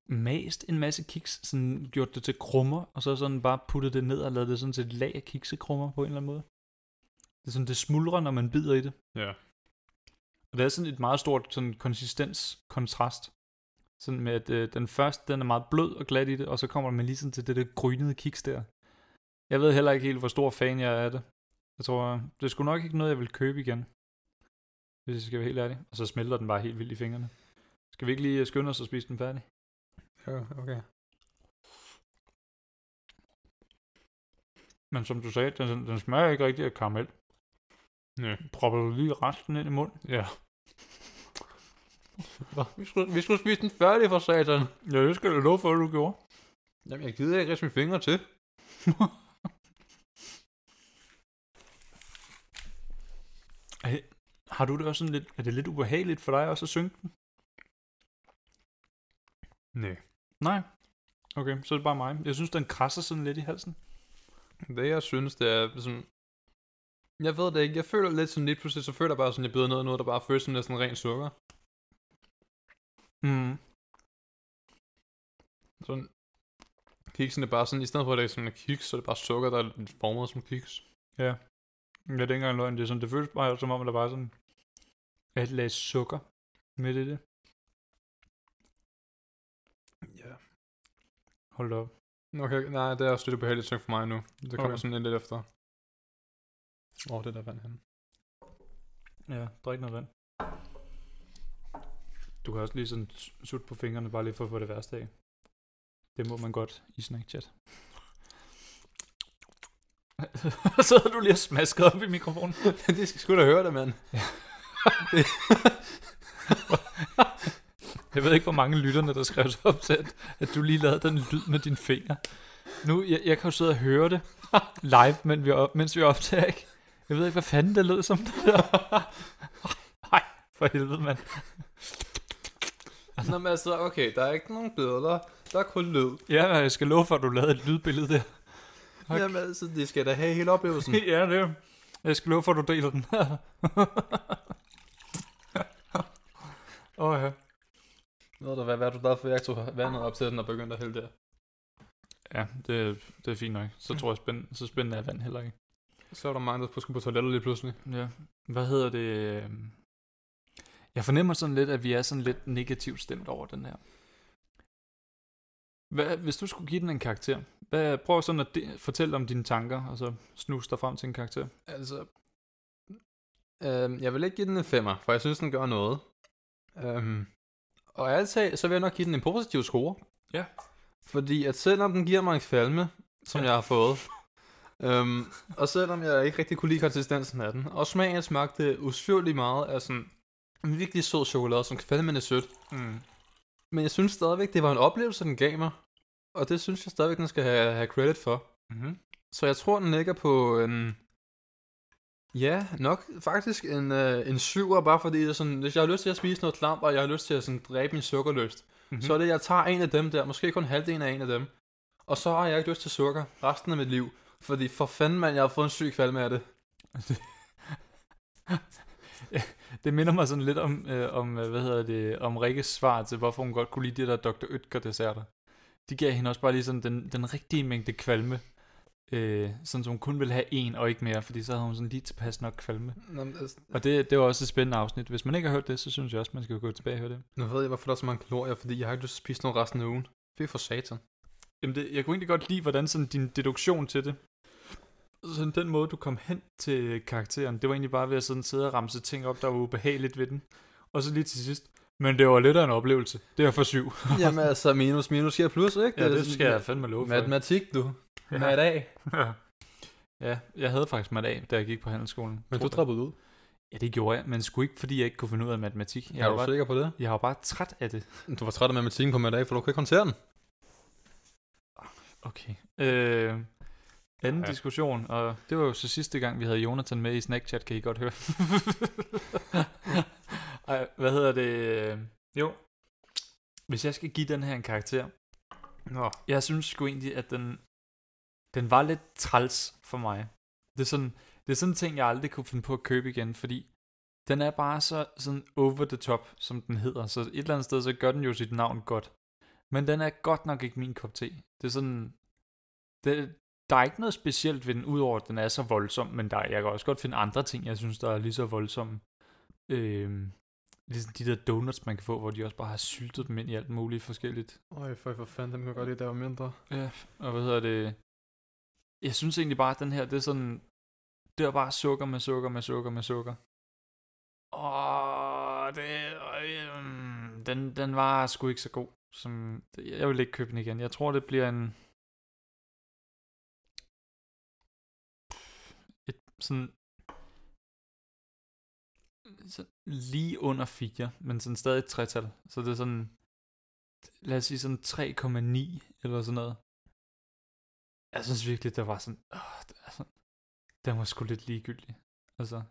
Speaker 1: mast en masse kiks, sådan gjort det til krummer, og så sådan bare puttet det ned og lavet det sådan til et lag af kiksekrummer på en eller anden måde. Det er sådan, det smuldrer, når man bider i det.
Speaker 2: Ja.
Speaker 1: Og der er sådan et meget stort sådan konsistenskontrast. Sådan med, at øh, den første, den er meget blød og glat i det, og så kommer man lige sådan til det der grynede kiks der. Jeg ved heller ikke helt, hvor stor fan jeg er af det. Jeg tror, det skulle nok ikke noget, jeg vil købe igen. Hvis jeg skal være helt ærlig. Og så smelter den bare helt vildt i fingrene. Skal vi ikke lige øh, skynde os og spise den færdig?
Speaker 2: Ja, okay.
Speaker 1: Men som du sagde, den, den smager ikke rigtig af karamel.
Speaker 2: Næ.
Speaker 1: Propper du lige resten ind i munden?
Speaker 2: Ja. vi, skulle, vi skulle spise den færdig for satan.
Speaker 1: Ja, det skal jeg love for, at du gjorde.
Speaker 2: Jamen, jeg gider ikke rigtig mine fingre til.
Speaker 1: Har du det også sådan lidt, er det lidt ubehageligt for dig også at synge den?
Speaker 2: Nej.
Speaker 1: Nej. Okay, så er det bare mig. Jeg synes, den krasser sådan lidt i halsen.
Speaker 2: Det, jeg synes, det er sådan... Jeg ved det ikke. Jeg føler lidt sådan lidt pludselig, så føler jeg bare sådan, jeg bider noget, noget der bare føles som næsten ren sukker.
Speaker 1: Mm.
Speaker 2: Sådan, kiksen er bare sådan, i stedet for at det er sådan en kiks, så er det bare sukker, der er formet som kiks.
Speaker 1: Ja, det er ikke engang løgn. Det, er sådan, det føles bare som om, at der var sådan et lag sukker midt i det.
Speaker 2: Ja.
Speaker 1: Hold da op.
Speaker 2: Okay, nej, det er også lidt ubehageligt ting for mig nu. Det kommer
Speaker 1: Okay.
Speaker 2: okay. sådan lidt efter. Åh, oh, det der vand henne.
Speaker 1: Ja, drik noget vand. Du kan også lige sådan s- sutte på fingrene, bare lige for at få det værste af. Det må man godt i Snapchat. Så havde du lige og smasket op i mikrofonen.
Speaker 2: det skal sgu da høre det, mand.
Speaker 1: Jeg ved ikke, hvor mange lytterne, der skrev sig op til, at, at du lige lavede den lyd med dine fingre. Nu, jeg, jeg kan jo sidde og høre det live, men vi er op, mens vi optager, ikke? Jeg ved ikke, hvad fanden det lød som det der. Nej, for helvede, mand.
Speaker 2: Nå, men altså, okay, der er ikke nogen billeder. Der er kun lyd.
Speaker 1: Ja, men jeg skal love for, at du lavede et lydbillede der. Okay.
Speaker 2: Jamen altså, det skal da have hele oplevelsen.
Speaker 1: ja, det er Jeg skal love for, at du deler den. Åh oh, ja.
Speaker 2: Ved du hvad, hvad er du glad for, at jeg tog vandet op til den og begyndte at hælde det?
Speaker 1: Ja, det, det er fint nok. Så tror jeg, spænd, så spændende er vand heller ikke.
Speaker 2: Så er der mange, der skulle på toilettet lige pludselig.
Speaker 1: Ja. Hvad hedder det? øhm, Jeg fornemmer sådan lidt, at vi er sådan lidt negativt stemt over den her. Hvad, hvis du skulle give den en karakter, hvad, prøv sådan at de, fortælle om dine tanker, og så snus dig frem til en karakter.
Speaker 2: Altså, øhm, jeg vil ikke give den en femmer, for jeg synes, den gør noget. Øhm, og ærligt talt, så vil jeg nok give den en positiv score.
Speaker 1: Ja.
Speaker 2: Fordi at selvom den giver mig en kvalme, som
Speaker 1: Ja.
Speaker 2: ja. jeg har fået, øhm, og selvom jeg ikke rigtig kunne lide konsistensen af den, og smagen smagte usyrlig meget af sådan en virkelig sød chokolade, som kvalmen er sødt,
Speaker 1: Mm.
Speaker 2: men jeg synes stadigvæk, det var en oplevelse, den gav mig, og det synes jeg stadigvæk, den skal have, have credit for.
Speaker 1: Mm-hmm.
Speaker 2: Så jeg tror, den ligger på en... Ja, nok faktisk en, øh, en syver, bare fordi det er sådan, hvis jeg har lyst til at spise noget klamp, og jeg har lyst til at sådan, dræbe min sukkerlyst, mm-hmm.
Speaker 1: Mm-hmm.
Speaker 2: så er det, jeg tager en af dem der, måske kun halvdelen af en af dem, og så har jeg ikke lyst til sukker resten af mit liv, fordi for fanden mand, jeg har fået en syg kvalme af det.
Speaker 1: Det minder mig sådan lidt om, øh, om øh, hvad hedder det, om Rikkes svar til, hvorfor hun godt kunne lide de der Dr. Ytger desserter. De gav hende også bare lige sådan den, den rigtige mængde kvalme. Øh, sådan som hun kun ville have en og ikke mere, fordi så havde hun sådan lige tilpas nok kvalme.
Speaker 2: Nå, men altså,
Speaker 1: Og det, det var også et spændende afsnit. Hvis man ikke har hørt det, så synes jeg også, man skal gå tilbage og høre det.
Speaker 2: nu ved jeg, hvorfor der er så mange kalorier, fordi jeg har ikke lyst til at spise noget resten af ugen. Det er for satan.
Speaker 1: Jamen det, jeg kunne egentlig godt lide, hvordan sådan din deduktion til det, sådan den måde, du kom hen til karakteren, det var egentlig bare ved at sådan sidde og ramse ting op, der var ubehageligt ved den. Og så lige til sidst, men det var lidt af en oplevelse. Det er for syv.
Speaker 2: Jamen altså, minus minus giver plus, ikke?
Speaker 1: Ja,
Speaker 2: er
Speaker 1: det
Speaker 2: sådan-
Speaker 1: skal jeg fandme love for.
Speaker 2: Matematik, du. Ja. Mat
Speaker 1: ja.
Speaker 2: af.
Speaker 1: ja. ja, jeg havde faktisk mat af, da jeg gik på handelsskolen.
Speaker 2: Men du
Speaker 1: Tror jeg.
Speaker 2: droppede ud.
Speaker 1: Ja, det gjorde jeg, men sgu ikke, fordi jeg ikke kunne finde ud af matematik. Jeg,
Speaker 2: Er
Speaker 1: var,
Speaker 2: du sikker på det?
Speaker 1: jeg var bare træt af det.
Speaker 2: Du var træt af matematikken på mandag, for du kunne ikke håndtere den.
Speaker 1: Okay. Øh, anden ja.
Speaker 2: Ja.
Speaker 1: diskussion, og det var jo så sidste gang, vi havde Jonathan med i Snackchat, kan I godt høre. Ej, hvad hedder det? Jo. Hvis jeg skal give den her en karakter,
Speaker 2: Nå.
Speaker 1: jeg synes sgu egentlig, at den, den var lidt træls for mig. Det er, sådan, det er sådan en ting, jeg aldrig kunne finde på at købe igen, fordi den er bare så sådan over the top, som den hedder. Så et eller andet sted, så gør den jo sit navn godt. Men den er godt nok ikke min kop te. Det er sådan... Det, der er ikke noget specielt ved den, udover at den er så voldsom, men der, jeg kan også godt finde andre ting, jeg synes, der er lige så voldsomme. Øhm, ligesom de der donuts, man kan få, hvor de også bare har syltet dem ind i alt muligt forskelligt.
Speaker 2: Øj, for, for fanden, dem kan jeg godt lide, der var mindre.
Speaker 1: Og hvad hedder det? Jeg synes egentlig bare, at den her, det er sådan... Det er bare sukker med sukker med sukker med sukker. Åh, det... Øh, mm, den, den var sgu ikke så god. Som, jeg vil ikke købe den igen. Jeg tror, det bliver en... Et, sådan... Så lige under 4, men sådan stadig et tretal. Så det er sådan... Lad os sige sådan 3,9 eller sådan noget. Jeg synes virkelig, det var sådan, åh, det er sådan, den var sgu lidt ligegyldig. Altså.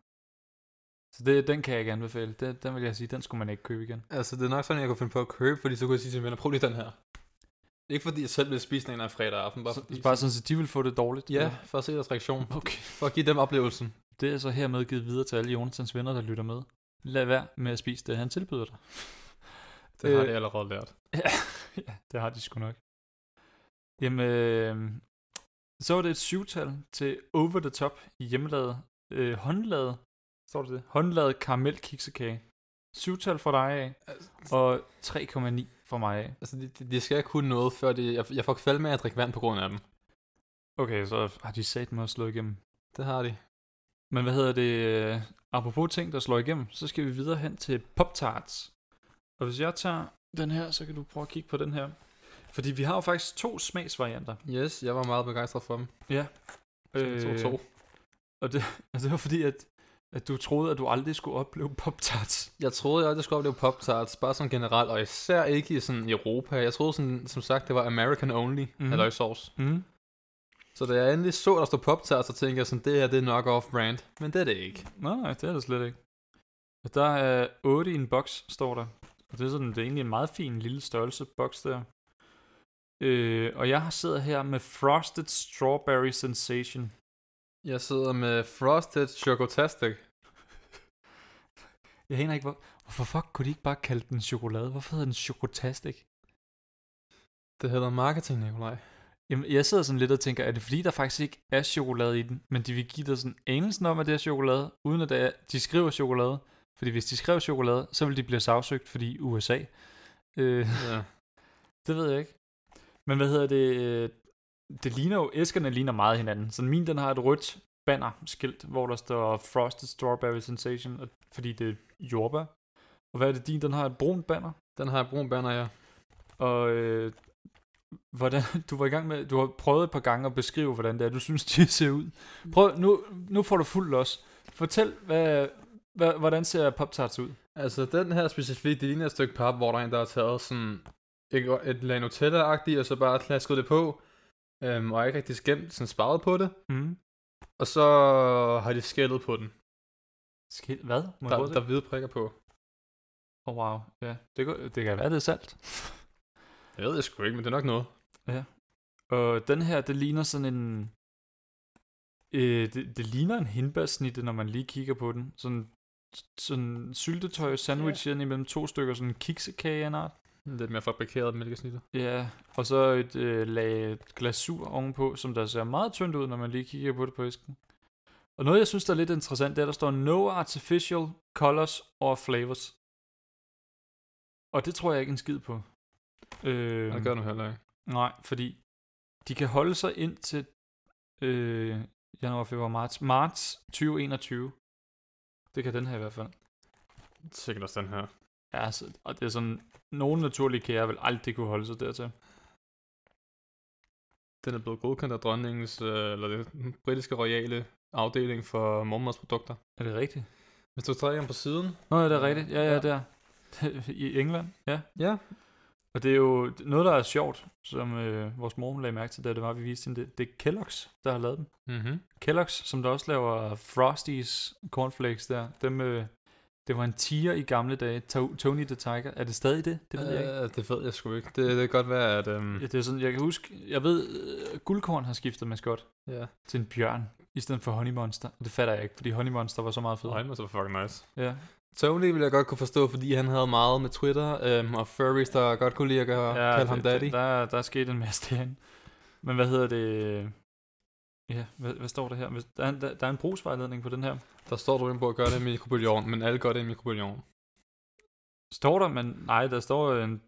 Speaker 1: Så det, den kan jeg ikke anbefale. Den, den vil jeg sige, den skulle man ikke købe igen.
Speaker 2: Altså, det er nok sådan, jeg kunne finde på at købe, fordi så kunne jeg sige til mine venner, prøv lige den her. Ikke fordi jeg selv ville spise den en fredag aften,
Speaker 1: Bare,
Speaker 2: bare
Speaker 1: så,
Speaker 2: fordi...
Speaker 1: bare sådan, så de vil få det dårligt.
Speaker 2: Ja, for at se deres reaktion.
Speaker 1: Okay.
Speaker 2: For at give dem oplevelsen.
Speaker 1: Det er så hermed givet videre til alle Jonathans venner, der lytter med. Lad være med at spise det, han tilbyder dig.
Speaker 2: Det har
Speaker 1: Øh.
Speaker 2: de allerede lært.
Speaker 1: ja, det har de sgu nok. Jamen, øh, så var det et syvtal til over the top hjemmelavet øh, håndlavet, står det det? Håndlavet karamelkiksekage. Syvtal fra dig af, og 3,9 fra mig af.
Speaker 2: Altså, de, de- de skal kunne noget, før de... Jeg, jeg får kvalme med at drikke vand på grund af dem.
Speaker 1: Okay, så har de sat mig at slå igennem.
Speaker 2: Det har de.
Speaker 1: Men hvad hedder det? øh, Apropos ting, der slår igennem, så skal vi videre hen til Pop-Tarts. Og hvis jeg tager den her, så kan du prøve at kigge på den her. Fordi vi har jo faktisk to smagsvarianter.
Speaker 2: Yes, jeg var meget begejstret for dem. Øh. To, to.
Speaker 1: Og det, altså, det var fordi, at, at du troede, at du aldrig skulle opleve Pop-Tarts.
Speaker 2: Jeg troede, jeg aldrig skulle opleve Pop-Tarts, bare sådan generelt, og især ikke i sådan Europa. Jeg troede sådan, som sagt, det var American only,
Speaker 1: Mhm.
Speaker 2: mm. eller sauce.
Speaker 1: Mm.
Speaker 2: Så da jeg endelig så, der stod Pop-Tarts, så tænkte jeg sådan, det her, det er nok off-brand. Men det er det ikke.
Speaker 1: Nej, nej, det er det slet ikke. Og der er 8 i en boks, står der. Og det er, sådan, det er egentlig en meget fin lille størrelse boks der. Øh, og jeg sidder her med Frosted Strawberry Sensation.
Speaker 2: Jeg sidder med Frosted Chocotastic.
Speaker 1: Jeg aner ikke, hvor, hvorfor fuck kunne de ikke bare kalde den chokolade? Hvorfor hedder den chokotastik?
Speaker 2: Det hedder marketing, Nikolaj.
Speaker 1: Jamen, jeg sidder sådan lidt og tænker, er det fordi, der faktisk ikke er chokolade i den, men de vil give dig sådan anelsen om, at det er chokolade, uden at det er, de skriver chokolade. Fordi hvis de skrev chokolade, så ville de blive sagsøgt, fordi USA. Øh,
Speaker 2: Ja.
Speaker 1: det ved jeg ikke. Men hvad hedder det? øh, Det ligner jo, æskerne ligner meget hinanden. Så min, den har et rødt banner-skilt, hvor der står Frosted Strawberry Sensation, og- fordi det er jordbær. Og hvad er det din, den har et brunt banner?
Speaker 2: Den har jeg brun banner, ja.
Speaker 1: Og øh, hvordan, du var i gang med, du har prøvet et par gange at beskrive, hvordan det er, du synes, de ser ud. Prøv, nu, nu får du fuld los. Fortæl, hvad, hvad, hvordan ser Pop-Tarts ud?
Speaker 2: Altså, den her specifikt, det ligner et stykke pap, hvor der er en, der har taget sådan et, et lag Nutella-agtigt, og så bare klasket det på, øhm, og ikke rigtig skæmt, sådan sparet på det,
Speaker 1: Mm.
Speaker 2: og så har de skældet på den.
Speaker 1: Skil, hvad? Må
Speaker 2: Der,
Speaker 1: jeg prøve
Speaker 2: der
Speaker 1: det?
Speaker 2: er hvide prikker på.
Speaker 1: Oh, wow, ja. Det, kan- det kan være, det er salt.
Speaker 2: Jeg ved det sgu ikke, men det er nok noget.
Speaker 1: Og den her, det ligner sådan en... Øh, det, det ligner en hindbærsnitte, når man lige kigger på den. Sådan sådan syltetøj, sandwich yeah. imellem to stykker, sådan en kiksekage af en art.
Speaker 2: Lidt mere fabrikeret mælkesnitter.
Speaker 1: Ja, og så et øh, lag glasur ovenpå, som der ser meget tyndt ud, når man lige kigger på det på æsken. Og noget, jeg synes, der er lidt interessant, det er, at der står No Artificial Colors or Flavors. Og det tror jeg ikke en skid på. Øh,
Speaker 2: Mm. Det gør du heller ikke.
Speaker 1: Nej, fordi de kan holde sig ind til øh, januar, februar, marts. Marts 2021. Det kan den her i hvert fald.
Speaker 2: Sikkert også den her.
Speaker 1: Ja, så, og det er sådan, nogle naturlige kager vil aldrig kunne holde sig dertil.
Speaker 2: Den er blevet godkendt af dronningens, øh, eller den britiske royale afdeling for morgenmadsprodukter.
Speaker 1: Er det rigtigt?
Speaker 2: Hvis du trækker den på siden.
Speaker 1: Nå, ja, det er rigtigt. Ja, ja,
Speaker 2: Ja.
Speaker 1: der. I England, ja.
Speaker 2: Ja.
Speaker 1: Og det er jo noget, der er sjovt, som øh, vores mor hun lagde mærke til, da det var, vi viste hende det. Det er Kellogg's, der har lavet dem.
Speaker 2: Mm-hmm.
Speaker 1: Kellogg's, som der også laver Frosties cornflakes der. Dem, øh, det var en tiger i gamle dage. To- Tony the Tiger. Er det stadig det? Det ved jeg ikke.
Speaker 2: Øh, det ved jeg sgu ikke. Det, det kan godt være, at... Øhm,
Speaker 1: Ja, det er sådan, jeg kan huske, jeg ved, øh, guldkorn har skiftet maskot
Speaker 2: ja.
Speaker 1: til en bjørn, i stedet for Honey Monster. Og Det fatter jeg ikke, fordi Honey Monster var så meget federe.
Speaker 2: Ej, men så var fucking nice.
Speaker 1: Ja.
Speaker 2: Tony ville jeg godt kunne forstå, fordi han havde meget med Twitter, øhm, og furries, der godt kunne lide at gøre, ja, kalde ham
Speaker 1: det-
Speaker 2: daddy.
Speaker 1: det- Der, der er sket en masse derinde. Men hvad hedder det? Ja, hvad, hvad står der her? Hvis- Der er, en- der, der er en brugsvejledning på den her.
Speaker 2: Der står du inde på at gøre det i mikrobølgeovn, men alle gør det i mikrobølgeovn.
Speaker 1: Står der, men nej, der står en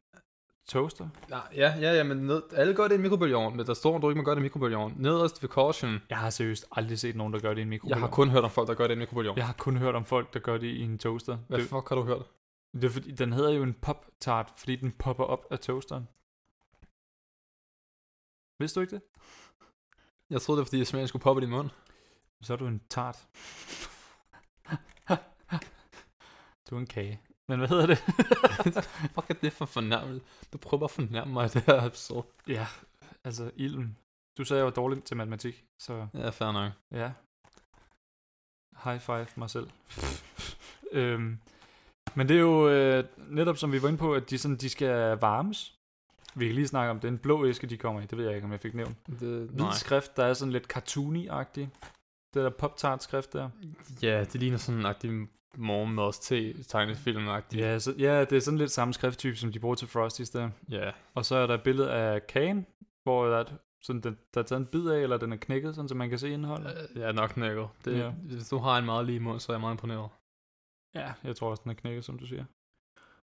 Speaker 1: toaster.
Speaker 2: Nej, Ja, ja, ja, men ned, alle gør det i mikrobølgeovn, men der står, du ikke må gøre det i mikrobølgeovn. Nederst ved caution,
Speaker 1: Jeg har seriøst aldrig set nogen, der gør det i en mikro.
Speaker 2: jeg har kun hørt om folk, der gør det i mikrobølgeovn. Ja.
Speaker 1: jeg har kun hørt om folk, der gør det i en toaster.
Speaker 2: Hvad
Speaker 1: Det,
Speaker 2: fuck har du hørt?
Speaker 1: det er fordi, den hedder jo en pop-tart, fordi den popper op af toasteren. Vidste du ikke det?
Speaker 2: Jeg troede, det var, fordi smagen skulle poppe i din mund.
Speaker 1: Så er du en tart. du er en kage. Men hvad hedder det?
Speaker 2: Fuck, er det for fornærmelig? Du prøver bare at fornærme mig i det her episode.
Speaker 1: Ja, altså ilden. Du sagde, jeg var dårlig til matematik, så
Speaker 2: Ja, fair nok.
Speaker 1: ja. High five mig selv. øhm, men det er jo øh, netop, som vi var inde på, at de, sådan, de skal varmes. Vi kan lige snakke om den blå æske, de kommer i. Det ved jeg ikke, om jeg fik nævnt.
Speaker 2: Det,
Speaker 1: Hvid
Speaker 2: nej.
Speaker 1: skrift, der er sådan lidt cartoony-agtig. det der pop skrift der.
Speaker 2: Ja, det ligner sådan en agtig morgenmads til tegnefilm agtig
Speaker 1: Ja, så, ja, det er sådan lidt samme skrifttype, som de bruger til Frosties der.
Speaker 2: ja.
Speaker 1: Og så er der et billede af kagen, hvor der er, et- sådan, den, der er taget en bid af, eller den er knækket, sådan, så man kan se indholdet.
Speaker 2: Jeg er nok knækket. Det,
Speaker 1: Ja.
Speaker 2: Hvis du har en meget lige mund, så er jeg meget imponeret.
Speaker 1: Ja, jeg tror også, den er knækket, som du siger.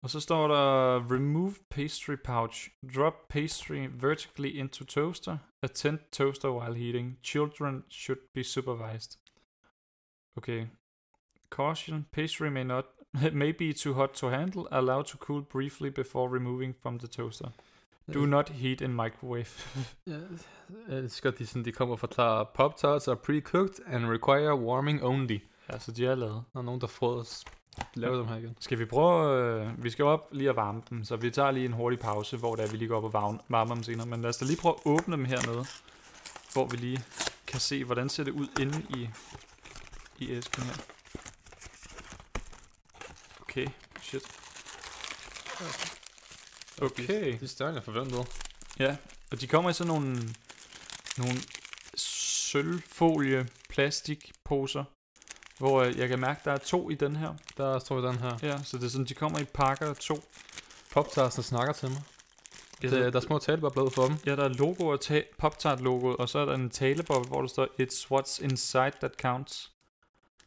Speaker 1: Og så står der, remove pastry pouch, drop pastry vertically into toaster, attend toaster while heating, children should be supervised. Okay. Caution, pastry may not may be too hot to handle, allow to cool briefly before removing from the toaster.
Speaker 2: Øh.
Speaker 1: Do not heat in microwave.
Speaker 2: Ja, Jeg elsker, at de, sådan, de kommer og forklarer, Pop-Tarts are pre-cooked and require warming only.
Speaker 1: ja, så de er lavet.
Speaker 2: Der er nogen, der frøs. Lav dem her igen.
Speaker 1: Skal vi prøve, øh, vi skal op lige at varme dem, så vi tager lige en hurtig pause, hvor der vi lige går op og varme, varmer dem senere. Men lad os da lige prøve at åbne dem hernede, hvor vi lige kan se, hvordan ser det ud inde i, i æsken her. Okay, shit. Okay.
Speaker 2: De er større, end jeg forventede.
Speaker 1: Ja, og de kommer i sådan nogle, nogle sølvfolie plastikposer, hvor øh, jeg kan mærke, der er to i den her.
Speaker 2: Der står den her.
Speaker 1: Ja, så det er sådan, de kommer i pakker to.
Speaker 2: Pop-Tarts, der snakker til mig. Det, der er små talebobler ud for dem.
Speaker 1: Ja, der er logo og ta- Pop-Tart-logoet, og så er der en taleboble, hvor der står, It's what's inside that counts.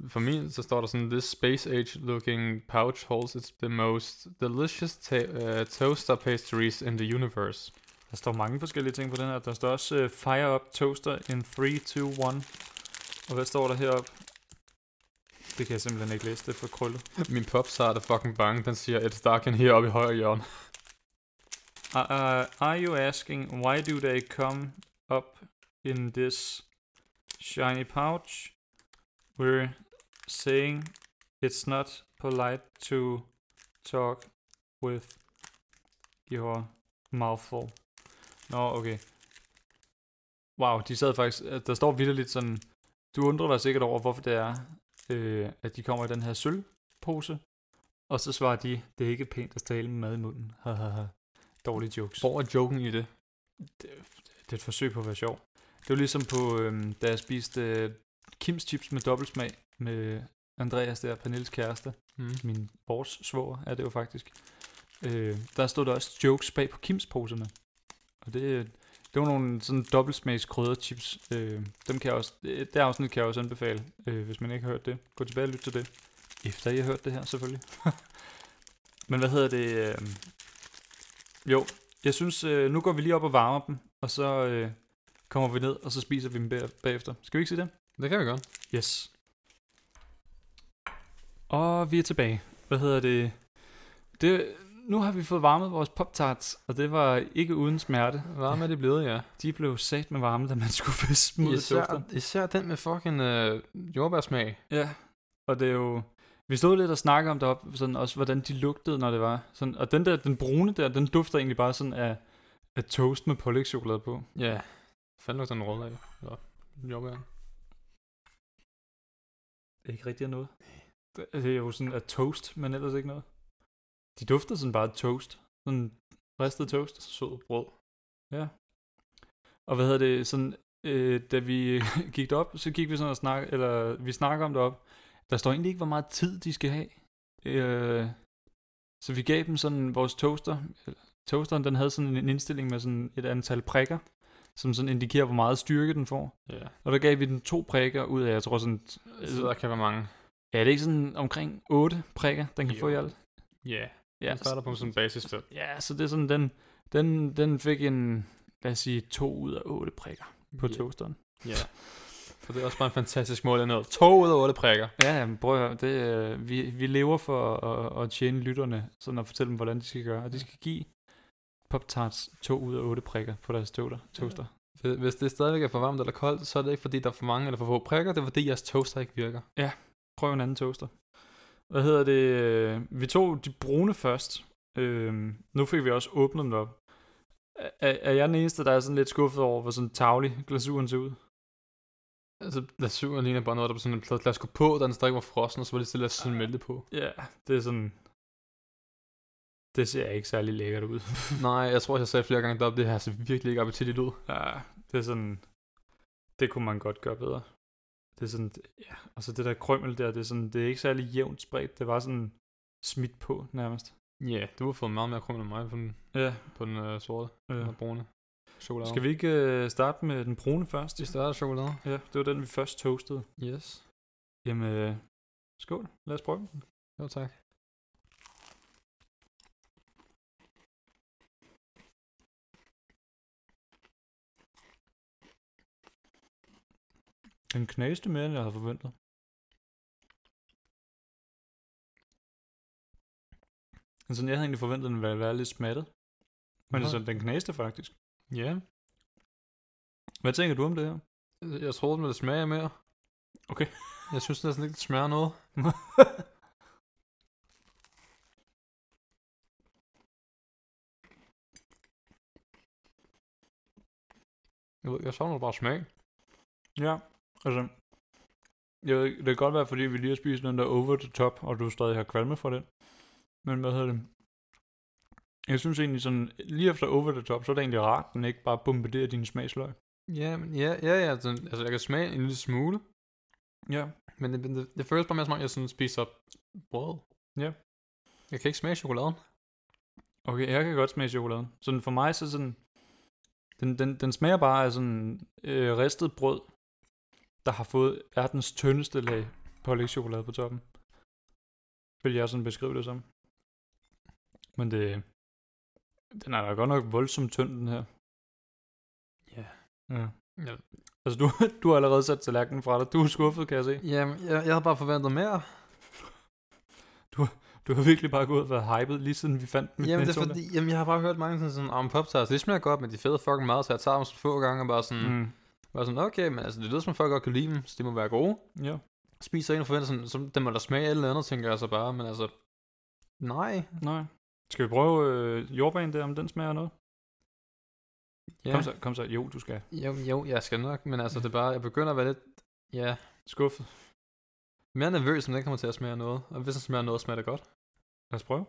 Speaker 2: For min, så står der sådan, This space age looking pouch holds it's the most delicious ta- uh, toaster pastries in the universe.
Speaker 1: Der står mange forskellige ting på den her. Der står også uh, Fire Up Toaster in 3, 2, 1. Og hvad står der heroppe? Det kan jeg simpelthen ikke læse, det er for krøllet.
Speaker 2: Min Pop-Tart er fucking bange. Den siger, It's dark in here oppe i højre hjørne.
Speaker 1: Uh, uh, are you asking, why do they come up in this shiny pouch? We're saying it's not polite to talk with your mouthful. Nå, okay. Wow, de sad faktisk... at Der står vitterligt sådan... Du undrer dig sikkert over, hvorfor det er, øh, at de kommer i den her sølvpose. Og så svarer de, det er ikke pænt at tale med mad i munden. Hahaha. Dårlige jokes.
Speaker 2: Hvor er joken i det?
Speaker 1: Det, det er et forsøg på at være sjov. Det var ligesom på, øhm, da jeg spiste øh, Kims chips med dobbeltsmag med Andreas der, Pernilles kæreste.
Speaker 2: Mm.
Speaker 1: Min vores svoger er det jo faktisk. Øh, der stod der også jokes bag på Kims poserne. Og det, øh, det var nogle sådan dobbeltsmags krydderchips. Øh, dem kan jeg også, øh, det afsnit kan jeg også anbefale, øh, hvis man ikke har hørt det. Gå tilbage og lyt til det. Efter I har hørt det her, selvfølgelig. Men hvad hedder det? Øh, jo, jeg synes, øh, nu går vi lige op og varmer dem, og så øh, kommer vi ned, og så spiser vi dem bag- bagefter. Skal vi ikke se det?
Speaker 2: Det kan vi godt.
Speaker 1: Yes. Og vi er tilbage. Hvad hedder det? det nu har vi fået varmet vores pop-tarts, og det var ikke uden smerte.
Speaker 2: Hvad med det blevet, ja.
Speaker 1: De blev sat med varme, da man skulle fiske dem ud af
Speaker 2: Især,
Speaker 1: dufteren.
Speaker 2: især den med fucking øh, jordbærsmag.
Speaker 1: Ja, og det er jo... Vi stod lidt og snakkede om deroppe, sådan også hvordan de lugtede, når det var. Sådan, og den der, den brune der, den dufter egentlig bare sådan af, af toast med pålægtschokolade på.
Speaker 2: Ja. Fanden lugter den rulle af. Eller jordbær.
Speaker 1: Ikke rigtig af noget. Det det er jo sådan af toast, men ellers ikke noget. De dufter sådan bare af toast. Sådan ristet toast.
Speaker 2: Sød brød.
Speaker 1: Og hvad hedder det, sådan, øh, da vi gik op, så gik vi sådan og snak, eller vi snakker om det op. Der står egentlig ikke, hvor meget tid de skal have. Øh, så vi gav dem sådan vores toaster. eller- Toasteren, den havde sådan en indstilling med sådan et antal prikker, som sådan indikerer, hvor meget styrke den får.
Speaker 2: Ja.
Speaker 1: Og der gav vi den to prikker ud af, jeg tror sådan,
Speaker 2: Så der kan være mange.
Speaker 1: ja, det er ikke sådan omkring otte prikker, den kan jo. få i
Speaker 2: Jo.
Speaker 1: alt.
Speaker 2: Ja.
Speaker 1: Ja,
Speaker 2: Vi starter på sådan en basis der.
Speaker 1: ja, så det er sådan, den, den, den fik en, lad os sige, to ud af otte prikker på
Speaker 2: Ja.
Speaker 1: toasteren.
Speaker 2: Ja. For det er også bare en fantastisk mål ned. To ud af otte prikker.
Speaker 1: Ja, ja, men prøv at høre, det, øh, vi, vi lever for at, at tjene lytterne, sådan at fortælle dem, hvordan de skal gøre. Og de skal give Pop-Tarts 2 ud af 8 prikker på deres toaster. toaster.
Speaker 2: Hvis- Hvis det stadigvæk er for varmt eller koldt, så er det ikke fordi, der er for mange eller for få prikker. Det er fordi, jeres toaster ikke virker.
Speaker 1: Prøv en anden toaster. Hvad hedder det? øh, Vi tog de brune først. Øhm, nu fik vi også åbnet dem op. Er, er- er jeg den eneste, der er sådan lidt skuffet over, hvor sådan tavlig glasuren ser ud?
Speaker 2: Altså, glasuren ligner bare noget, der på sådan en plade glas gå på, da den stadig var frossen, og så var det stille sådan melte på.
Speaker 1: Ja, det er sådan... Det ser ikke særlig lækkert ud.
Speaker 2: Nej, jeg tror, jeg sagde flere gange deroppe, det altså her ser virkelig ikke appetitligt ud.
Speaker 1: Ja, det er sådan... Det kunne man godt gøre bedre. Det er sådan, ja, og så det der krømmel der, det er, sådan, det er ikke særlig jævnt spredt. Det var sådan smidt på nærmest.
Speaker 2: Ja, yeah, du har fået meget mere krummel end mig på den,
Speaker 1: Ja,
Speaker 2: på den øh, sorte
Speaker 1: øh.
Speaker 2: ja. og brune chokolade.
Speaker 1: Skal vi ikke øh, starte med den brune først?
Speaker 2: de større chokolade?
Speaker 1: Ja, det var den, vi først toastede.
Speaker 2: Yes.
Speaker 1: Jamen, øh, skål. Lad os prøve den.
Speaker 2: Jo, tak.
Speaker 1: Den knaste mere, end jeg havde forventet. Men sådan, Altså, jeg havde egentlig forventet, at den ville være lidt smattet. Men
Speaker 2: Nå.
Speaker 1: altså, den knaste faktisk.
Speaker 2: Ja.
Speaker 1: Hvad tænker du om det her?
Speaker 2: Øh, Jeg troede, den ville smage mere.
Speaker 1: Okay.
Speaker 2: Jeg synes næsten ikke, den smager noget. Jeg, ved, ikke, jeg savner bare smag.
Speaker 1: Ja, altså... Jeg ved ikke, det kan godt være, fordi vi lige har spist den der over the top, og du stadig har kvalme fra den. Men hvad hedder det? Jeg synes egentlig sådan, lige efter over the top, så er det egentlig rart, den ikke bare bombarderer dine smagsløg.
Speaker 2: Ja, men ja, ja, ja. Den, altså, jeg kan smage en lille smule,
Speaker 1: Ja.
Speaker 2: men det, men det, det føles bare mere som om, jeg sådan spiser brød.
Speaker 1: Ja.
Speaker 2: Jeg kan ikke smage chokoladen.
Speaker 1: Okay, jeg kan godt smage chokoladen. Sådan for mig, så sådan... Den, den, den smager bare af sådan øh, ristet brød, der har fået verdens tyndeste lag pålægtschokolade på toppen. Vil jeg sådan beskrive det som. Men det... Den er da godt nok voldsomt tynd, den her.
Speaker 2: Ja.
Speaker 1: ja.
Speaker 2: Ja.
Speaker 1: Altså, du, du har allerede sat tallerkenen fra dig. Du er skuffet, kan jeg se.
Speaker 2: Jamen, jeg, jeg havde bare forventet mere.
Speaker 1: Du har virkelig bare gået og været hypet, lige siden vi fandt den. i
Speaker 2: Jamen, det er
Speaker 1: Netto.
Speaker 2: fordi, jamen, jeg har bare hørt mange sådan, sådan om popstars, det smager godt, men de er fede fucking meget, så jeg tager dem så få gange og bare sådan, mm.
Speaker 1: Mm.
Speaker 2: bare sådan, okay, men altså, det lyder som om folk godt kan lide dem, så de må være gode.
Speaker 1: Ja.
Speaker 2: Spiser en og forventer sådan, som, den må da smage et eller andet, tænker jeg så bare, men altså, nej.
Speaker 1: Nej. Skal vi prøve øh, jordbanen der, om den smager af noget? Ja. Kom så, kom så. Jo, du skal.
Speaker 2: Jo, jo, jeg skal nok, men altså, det er bare, jeg begynder at være lidt, ja,
Speaker 1: Skuffet.
Speaker 2: mere nervøs, om den kommer til at smage af noget, og hvis den smager af noget, smager det godt.
Speaker 1: Lad os prøve.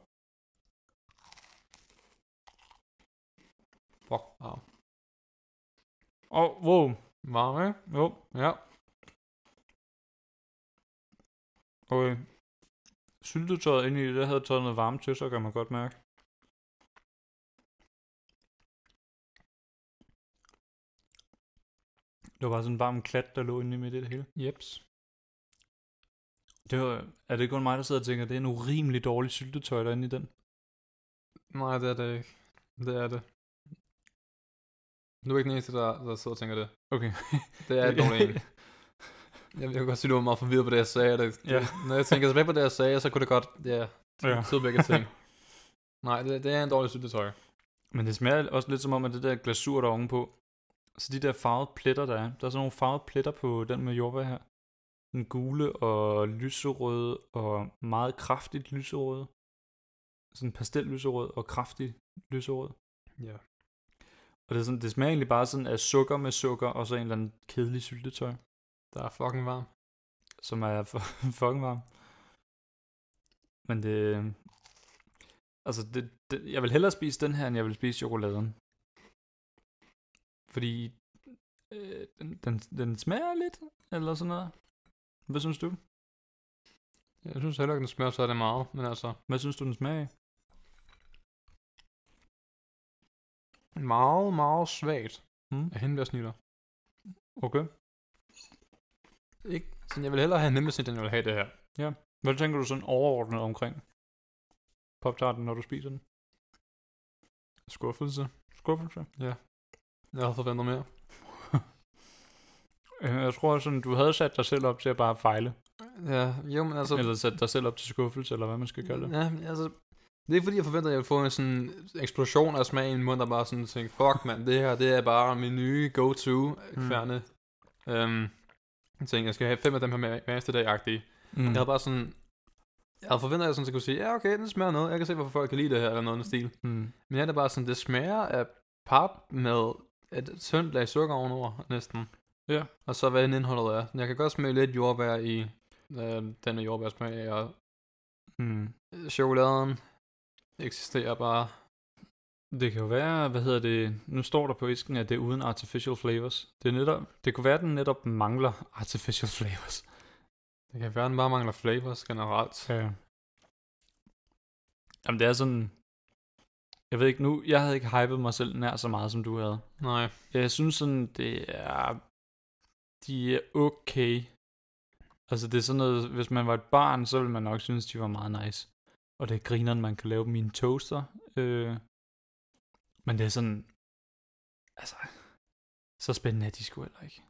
Speaker 2: Fuck, wow.
Speaker 1: Åh, oh, wow.
Speaker 2: Varm, ikke?
Speaker 1: Jo,
Speaker 2: Ja.
Speaker 1: okay. øh, Syltetøjet inde i det, der havde taget noget varme til, så kan man godt mærke. Det var bare sådan en varm klat, der lå inde i midt i det hele.
Speaker 2: Jeps.
Speaker 1: Det var, er det kun mig, der sidder og tænker, det er en urimelig dårlig syltetøj derinde i den?
Speaker 2: Nej, det er det ikke. Det er det. Du er ikke den eneste, der, der sidder og tænker det.
Speaker 1: Okay.
Speaker 2: Det er et dårligt en. Jeg, jeg kan godt sige, du var meget forvirret på det, jeg sagde. Det,
Speaker 1: Ja.
Speaker 2: ja. det, når jeg tænker tilbage på det, jeg sagde, så kunne det godt ja,
Speaker 1: Ja.
Speaker 2: ja. sidde begge ting. Nej, det, det er en dårlig syltetøj.
Speaker 1: Men det smager også lidt som om, at det der glasur der er ovenpå, så de der farvede pletter, der er, der er sådan nogle farvede pletter på den med jordbær her. Den gule og lyserøde og meget kraftigt lyserøde. Sådan pastel lyserød og kraftig lyserød.
Speaker 2: Ja.
Speaker 1: Og det, er sådan, det smager egentlig bare sådan af sukker med sukker og så en eller anden kedelig syltetøj,
Speaker 2: Der er fucking varm.
Speaker 1: som er fu- fucking varm. Men det... Altså, det, det, jeg vil hellere spise den her, end jeg vil spise chokoladen. Fordi øh, den, den, den smager lidt, eller sådan noget. Hvad synes du?
Speaker 2: Jeg synes heller ikke, den smager så er det meget, men altså...
Speaker 1: Hvad synes du, den smager af?
Speaker 2: Meget, meget svagt
Speaker 1: Mm.
Speaker 2: af hindbærsnitter.
Speaker 1: Okay.
Speaker 2: Ikke? Så jeg vil hellere have en hindbærsnit, end jeg vil have det her.
Speaker 1: Hvad tænker du sådan overordnet omkring poptarten, når du spiser den?
Speaker 2: Skuffelse.
Speaker 1: Skuffelse?
Speaker 2: Jeg havde forventet mere.
Speaker 1: Øh, Jeg tror sådan, du havde sat dig selv op til at bare fejle.
Speaker 2: Ja, jo, men altså...
Speaker 1: Så... Eller sat dig selv op til skuffelse, eller hvad man skal kalde det.
Speaker 2: Ja, men altså... Det er ikke fordi, jeg forventer, at jeg vil få en sådan eksplosion af smag i min mund, der bare sådan tænker, fuck mand, det her, det er bare min nye go-to kværne. Mm. Øhm, jeg tænkte, jeg skal have fem af dem her hver- hver eneste dag agtige. Mm.
Speaker 1: Mm.
Speaker 2: Jeg havde bare sådan, jeg havde forventet, at jeg sådan, så kunne sige, ja okay, den smager af noget, jeg kan se, hvorfor folk kan lide det her, eller noget i den stil.
Speaker 1: Mm.
Speaker 2: Men her er det bare sådan, det smager af pap med et tyndt lag sukker ovenover, næsten.
Speaker 1: Ja.
Speaker 2: Og så hvad den indholdet er. Jeg kan godt smage lidt jordbær i øh, den med jordbærsmag, og
Speaker 1: Mm.
Speaker 2: Øh, chokoladen eksisterer bare.
Speaker 1: Det kan jo være, hvad hedder det, nu står der på isken, at det er uden artificial flavors. Det, er netop, det kunne være, at den netop mangler artificial flavors.
Speaker 2: Det kan være, at den bare mangler flavors generelt.
Speaker 1: Ja. Jamen det er sådan, jeg ved ikke nu, jeg havde ikke hypet mig selv nær så meget, som du havde.
Speaker 2: Nej.
Speaker 1: Jeg synes sådan, det er, de er okay. Altså det er sådan noget, hvis man var et barn, så ville man nok synes, de var meget nice. Og det er grineren, man kan lave dem i en toaster. Øh. Men det er sådan, altså, så spændende er de sgu heller ikke.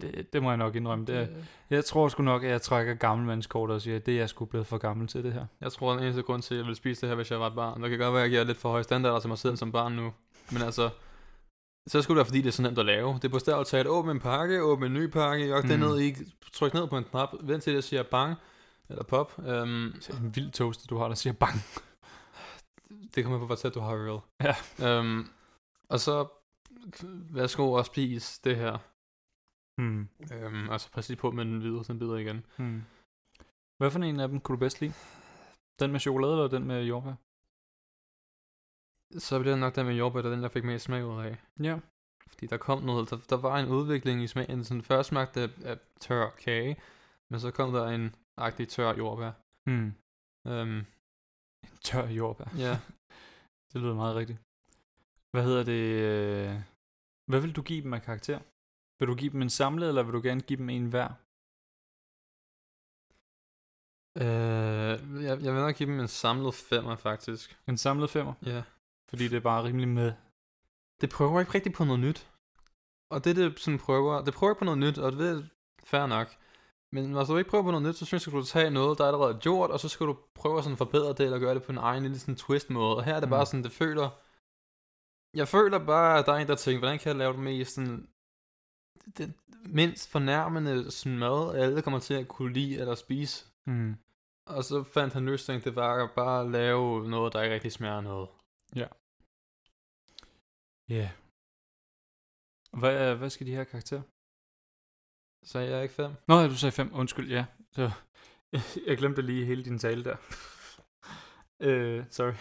Speaker 1: Det, det må jeg nok indrømme. Det er, jeg tror sgu nok, at jeg trækker gammelmandskortet og siger, at det er jeg sgu blevet for gammel til det her.
Speaker 2: Jeg tror, den eneste grund til, at jeg ville spise det her, hvis jeg var et barn. Det kan godt være, at jeg giver lidt for høje standarder til mig selv som barn nu. Men altså, så skulle det være, fordi det er så nemt at lave. Det er bogstaveligt talt, åbn en pakke, åbn en ny pakke, jok mm. den
Speaker 1: Mm.
Speaker 2: ned i, tryk ned på en knap, vent til, jeg siger bang, eller pop. Øhm,
Speaker 1: Det er en vild toaster, du har, der siger bang.
Speaker 2: det kommer an på, hvor tæt du har real.
Speaker 1: Ja.
Speaker 2: Øhm, og så, værsgo og spis det her.
Speaker 1: Hmm.
Speaker 2: Øhm, altså, pas lige på med den videre, den bider igen.
Speaker 1: Hmm. Hvad for en af dem kunne du bedst lide? Den med chokolade eller den med jordbær?
Speaker 2: Så bliver det nok den med jordbær, der er den, jeg fik mest smag ud af.
Speaker 1: Ja.
Speaker 2: Fordi der kom noget, der, der var en udvikling i smagen. Sådan først smagte det af tør kage, men så kom der en agtig tør jordbær.
Speaker 1: Hmm.
Speaker 2: Øhm,
Speaker 1: Tør jordbær.
Speaker 2: ja,
Speaker 1: Det lyder meget rigtigt. Hvad hedder det? øh, Hvad vil du give dem af karakter? Vil du give dem en samlet, eller vil du gerne give dem en hver?
Speaker 2: øh, jeg, jeg vil nok give dem en samlet femmer, faktisk.
Speaker 1: En samlet femmer,
Speaker 2: Ja.
Speaker 1: fordi det er bare rimelig med.
Speaker 2: Det prøver ikke rigtig på noget nyt. Og det, det sådan prøver, det prøver ikke på noget nyt, og det er fair nok. Men når du ikke prøver på noget nyt, så synes jeg, at du skal tage noget, der allerede er gjort, og så skal du prøve at sådan forbedre det, eller gøre det på en egen lille sådan twist måde. Og her er det
Speaker 1: Mm.
Speaker 2: bare sådan, det føler... Jeg føler bare, at der er en, der tænker, hvordan kan jeg lave det mest sådan... Den mindst fornærmende sådan mad, alle kommer til at kunne lide eller spise.
Speaker 1: Mm.
Speaker 2: Og så fandt han løsningen, det var at bare lave noget, der ikke rigtig smager af noget.
Speaker 1: Ja. Yeah. Hvad, øh, hvad skal de her karakter?
Speaker 2: Så jeg er ikke fem.
Speaker 1: Nå, ja, du sagde fem. Undskyld, ja. Så, jeg glemte lige hele din tale der. øh, sorry.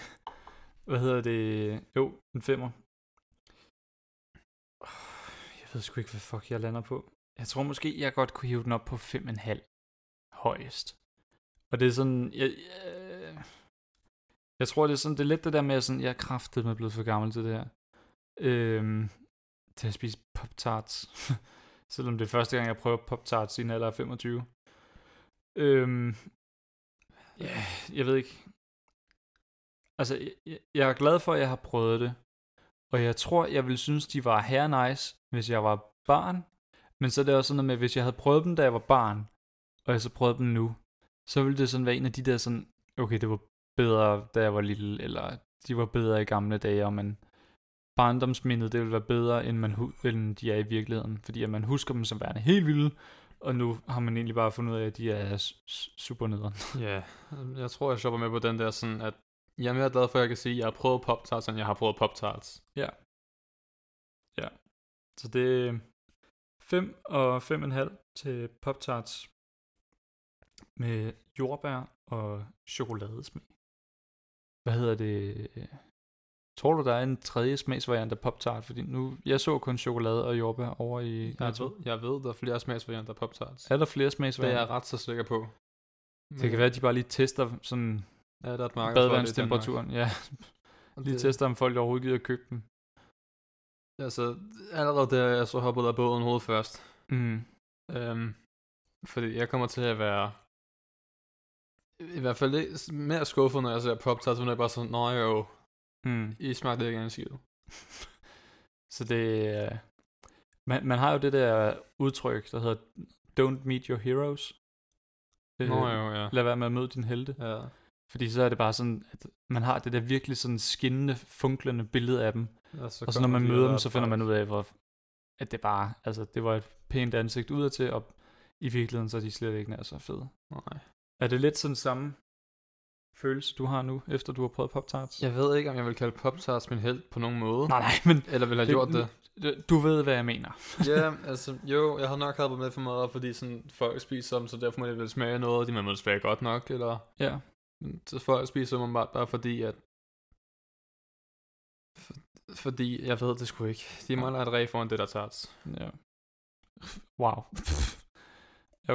Speaker 1: Hvad hedder det? Jo, en femmer. Åh, Jeg ved sgu ikke, hvad fuck jeg lander på. Jeg tror måske, jeg godt kunne hive den op på fem en halv. Højest. Og det er sådan... Jeg, jeg, jeg tror, det er sådan... Det er lidt det der med, at sådan, jeg er kraftet med blevet for gammel til det her. Øhm, til at spise Pop-Tarts. Selvom det er første gang, jeg prøver Pop-Tarts siden alder af 25. Øhm, ja, jeg ved ikke. Altså, jeg- jeg, jeg er glad for, at jeg har prøvet det. Og jeg tror, jeg ville synes, de var her nice, hvis jeg var barn. Men så er det også sådan noget med, hvis jeg havde prøvet dem, da jeg var barn, og jeg så prøvede dem nu, så ville det sådan være en af de der sådan, okay, det var bedre, da jeg var lille, eller de var bedre i gamle dage, og man barndomsmindet, det vil være bedre, end, man hu- end de er i virkeligheden. Fordi at man husker dem som værende helt vilde, og nu har man egentlig bare fundet ud af, at de er s- s- super nederen.
Speaker 2: Ja, øhm, jeg tror, jeg shopper med på den der sådan, at jeg er mere glad for, at jeg kan sige, at jeg har prøvet Pop-Tarts, end jeg har prøvet Pop-Tarts.
Speaker 1: Så det er 5 og 5,5 til Pop-Tarts med jordbær og chokoladesmag. Hvad hedder det? Tror du, der er en tredje smagsvariant af Pop-Tart? Fordi nu, jeg så kun chokolade og jordbær over i...
Speaker 2: Jeg ved, jeg ved der er flere smagsvarianter af Pop-Tarts.
Speaker 1: Er der flere
Speaker 2: Det er
Speaker 1: smagsvarianter?
Speaker 2: jeg ret så sikker på.
Speaker 1: Det kan være, at de bare lige tester sådan
Speaker 2: at der er et marked for det i
Speaker 1: badevandstemperaturen. Ja,
Speaker 2: Danmark. Og
Speaker 1: lige
Speaker 2: det-
Speaker 1: tester, om folk overhovedet gider at købe dem.
Speaker 2: Altså, allerede der er jeg så hoppet af båden hovedet først.
Speaker 1: Mm.
Speaker 2: Øhm, fordi jeg kommer til at være i hvert fald lidt mere skuffet, når jeg ser Pop-Tarts, men jeg er bare sådan, nej jo,
Speaker 1: Mm.
Speaker 2: I smagte ikke en skid.
Speaker 1: Så det er... Man, man har jo det der udtryk, der hedder Don't meet your heroes. Øh,
Speaker 2: Nå jo, ja.
Speaker 1: Lad være med at møde din helte.
Speaker 2: ja.
Speaker 1: Fordi så er det bare sådan, at man har det der virkelig sådan skinnende, funklende billede af dem.
Speaker 2: Og så,
Speaker 1: Og så når man møder dem, så finder man ud af, hvor, at det bare... Altså, det var et pænt ansigt udadtil, og i virkeligheden så er de slet ikke nær så fede.
Speaker 2: Nej.
Speaker 1: Er det lidt sådan samme følelse, du har nu, efter du har prøvet Pop-Tarts?
Speaker 2: Jeg ved ikke, om jeg vil kalde Pop-Tarts min held på nogen måde.
Speaker 1: Nej, nej, men
Speaker 2: Eller vil have
Speaker 1: Det-
Speaker 2: gjort det.
Speaker 1: du ved, hvad jeg mener.
Speaker 2: ja, altså jo, jeg har nok hoppet med for meget, fordi sådan, folk spiser dem, så derfor må det vel smage noget, og de må vel smage godt nok, eller
Speaker 1: Ja.
Speaker 2: så folk spiser dem bare, bare fordi, at Fordi, jeg ved det sgu ikke. De mangler et ræ foran det, der tager
Speaker 1: Ja. Wow.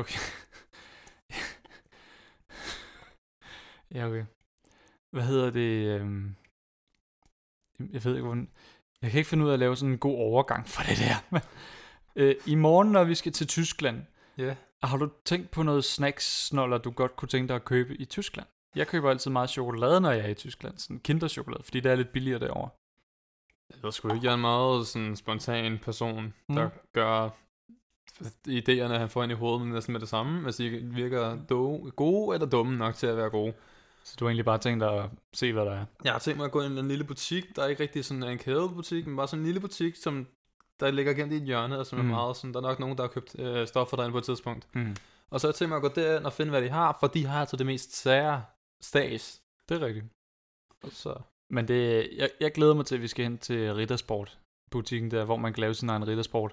Speaker 1: okay. ja, okay. Hvad hedder det? øhm, Jeg ved ikke, hvordan... Jeg kan ikke finde ud af at lave sådan en god overgang for det der. øh, I morgen, når vi skal til Tyskland,
Speaker 2: Ja.
Speaker 1: har du tænkt på noget snacks, når du godt kunne tænke dig at købe i Tyskland? Jeg køber altid meget chokolade, når jeg er i Tyskland. Sådan kinderchokolade, fordi det er lidt billigere derovre.
Speaker 2: Jeg ved sgu ikke, jeg er en meget sådan, spontan person,
Speaker 1: Mm.
Speaker 2: der gør idéerne, han får ind i hovedet, men næsten med det samme. Altså, de virker do- gode eller dumme nok til at være gode.
Speaker 1: Så du har egentlig bare tænkt dig at se, hvad der er.
Speaker 2: Jeg har tænkt mig at gå ind i en lille butik, der er ikke rigtig sådan en kædebutik, men bare sådan en lille butik, som der ligger gennem i et hjørne, og som mm.
Speaker 1: Mm.
Speaker 2: er meget sådan, der er nok nogen, der har købt øh, stoffer derinde på et tidspunkt.
Speaker 1: Mm.
Speaker 2: Og så har jeg tænkt mig at gå derind og finde, hvad de har, for de har altså det mest sære stags.
Speaker 1: Det er rigtigt.
Speaker 2: Og så,
Speaker 1: Men det, jeg, jeg glæder mig til, at vi skal hen til Riddersport, butikken der, hvor man kan lave sin egen Riddersport.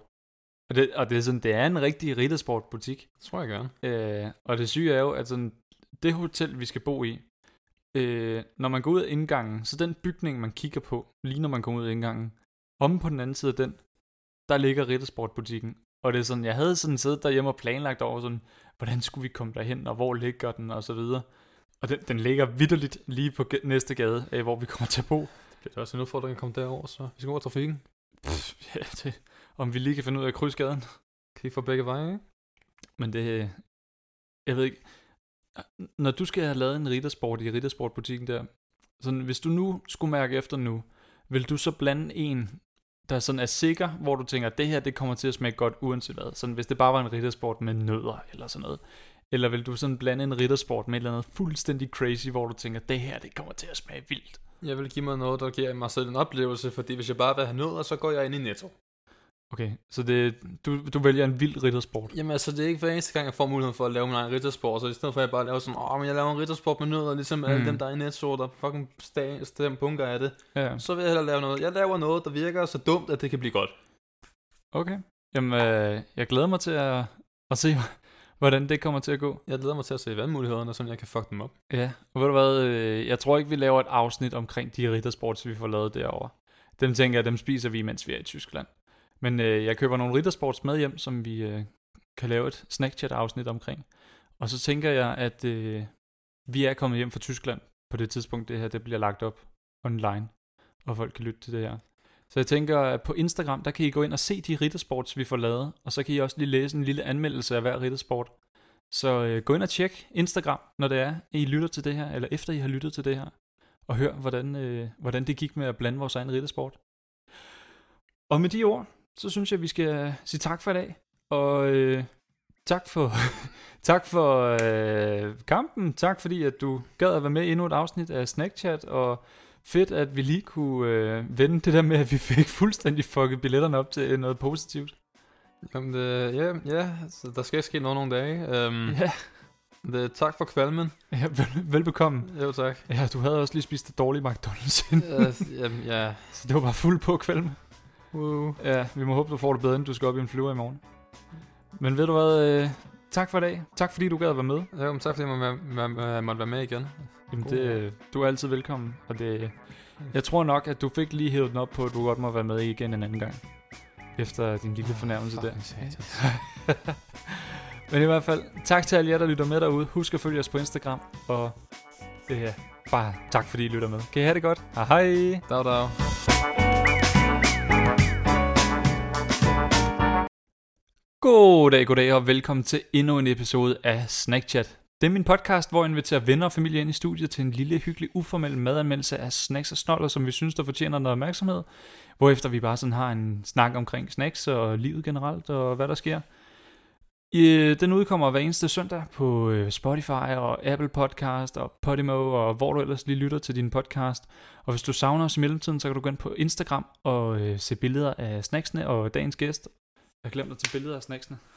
Speaker 1: Og det, og det er sådan, det er en rigtig Riddersport butik.
Speaker 2: tror jeg gerne.
Speaker 1: Øh, og det syge er jo, at sådan, det hotel, vi skal bo i, øh, når man går ud af indgangen, så den bygning, man kigger på, lige når man kommer ud af indgangen, om på den anden side af den, der ligger Riddersport butikken. Og det er sådan, jeg havde sådan siddet derhjemme og planlagt over sådan, hvordan skulle vi komme derhen, og hvor ligger den, og så videre. Og den, den ligger vidderligt lige på ga- næste gade, øh, hvor vi kommer til at bo.
Speaker 2: Det er også en udfordring at komme derover, så vi skal over trafikken.
Speaker 1: Pff, ja, det, om vi lige kan finde ud af krydsgaden.
Speaker 2: Kig for begge veje, ikke?
Speaker 1: Men det, øh, jeg ved ikke, når du skal have lavet en riddersport i riddersportbutikken der, sådan, hvis du nu skulle mærke efter nu, vil du så blande en, der sådan er sikker, hvor du tænker, det her det kommer til at smage godt uanset hvad, sådan, hvis det bare var en riddersport med nødder eller sådan noget, eller vil du sådan blande en riddersport med et eller andet fuldstændig crazy, hvor du tænker, det her det kommer til at smage vildt.
Speaker 2: Jeg vil give mig noget, der giver mig selv en oplevelse, fordi hvis jeg bare vil have nødder, så går jeg ind i Netto.
Speaker 1: Okay, så det, du, du vælger en vild riddersport.
Speaker 2: Jamen altså, det er ikke hver eneste gang, jeg får muligheden for at lave min egen riddersport, så i stedet for at jeg bare laver sådan, åh, men jeg laver en riddersport med nødder, ligesom alle
Speaker 1: Mm.
Speaker 2: dem, der er i Netto, der fucking sta- stem bunker af det,
Speaker 1: Ja.
Speaker 2: så vil jeg hellere lave noget. Jeg laver noget, der virker så dumt, at det kan blive godt.
Speaker 1: Okay. Jamen, øh, jeg glæder mig til at, at se, hvordan det kommer til at gå.
Speaker 2: Jeg glæder mig til at se valgmulighederne, så jeg kan fuck dem op.
Speaker 1: Ja, og ved du hvad, øh, jeg tror ikke, vi laver et afsnit omkring de riddersports, vi får lavet derovre. Dem tænker jeg, dem spiser vi, mens vi er i Tyskland. Men øh, jeg køber nogle riddersports med hjem, som vi øh, kan lave et snackchat-afsnit omkring. Og så tænker jeg, at øh, vi er kommet hjem fra Tyskland på det tidspunkt, det her det bliver lagt op online, og folk kan lytte til det her. Så jeg tænker, at på Instagram, der kan I gå ind og se de riddersports, vi får lavet, og så kan I også lige læse en lille anmeldelse af hver riddersport. Så øh, gå ind og tjek Instagram, når det er, I lytter til det her, eller efter I har lyttet til det her, og hør, hvordan, øh, hvordan det gik med at blande vores egen riddersport. Og med de ord, så synes jeg, vi skal øh, sige tak for i dag, og øh, tak for, tak for øh, kampen, tak fordi, at du gad at være med i endnu et afsnit af Snackchat, og fedt, at vi lige kunne øh, vende det der med, at vi fik fuldstændig fucket billetterne op til noget positivt.
Speaker 2: Jamen, det, ja, ja, så der skal ske noget nogle dage. Øhm,
Speaker 1: Mm. Ja,
Speaker 2: det, tak for kvalmen.
Speaker 1: ja vel, velbekomme.
Speaker 2: Jo, tak.
Speaker 1: Ja, du havde også lige spist det dårlige McDonald's inden,
Speaker 2: øh, jamen, ja.
Speaker 1: så det var bare fuld på kvelden.
Speaker 2: Uh.
Speaker 1: Ja, vi må håbe, du får det bedre, inden du skal op i en flyver i morgen. Men ved du hvad, øh, tak for i dag. Tak fordi du gad at være med.
Speaker 2: Jamen, tak fordi jeg må være- må- måtte være med igen.
Speaker 1: Jamen,
Speaker 2: God
Speaker 1: det,
Speaker 2: dag.
Speaker 1: øh, du er altid velkommen. Og det, jeg tror nok, at du fik lige hævet den op på, at du godt må være med igen en anden gang. Efter din lille fornærmelse der.
Speaker 2: Fucking satans.
Speaker 1: Men i hvert fald, tak til alle jer, der lytter med derude. Husk at følge os på Instagram. Og øh, bare tak fordi I lytter med. Kan I have det godt? Hej hej!
Speaker 2: Dag, dag.
Speaker 1: Goddag, goddag og velkommen til endnu en episode af Snackchat. Det er min podcast, hvor jeg inviterer venner og familie ind i studiet til en lille, hyggelig, uformel madanmeldelse af snacks og snoller, som vi synes, der fortjener noget opmærksomhed. Hvorefter vi bare sådan har en snak omkring snacks og livet generelt og hvad der sker. Øh, Den udkommer hver eneste søndag på øh, Spotify og Apple Podcast og Podimo og hvor du ellers lige lytter til din podcast. Og hvis du savner os i mellemtiden, så kan du gå ind på Instagram og øh, se billeder af snacksene og dagens gæst. Jeg har glemt at tage billeder af snacksene.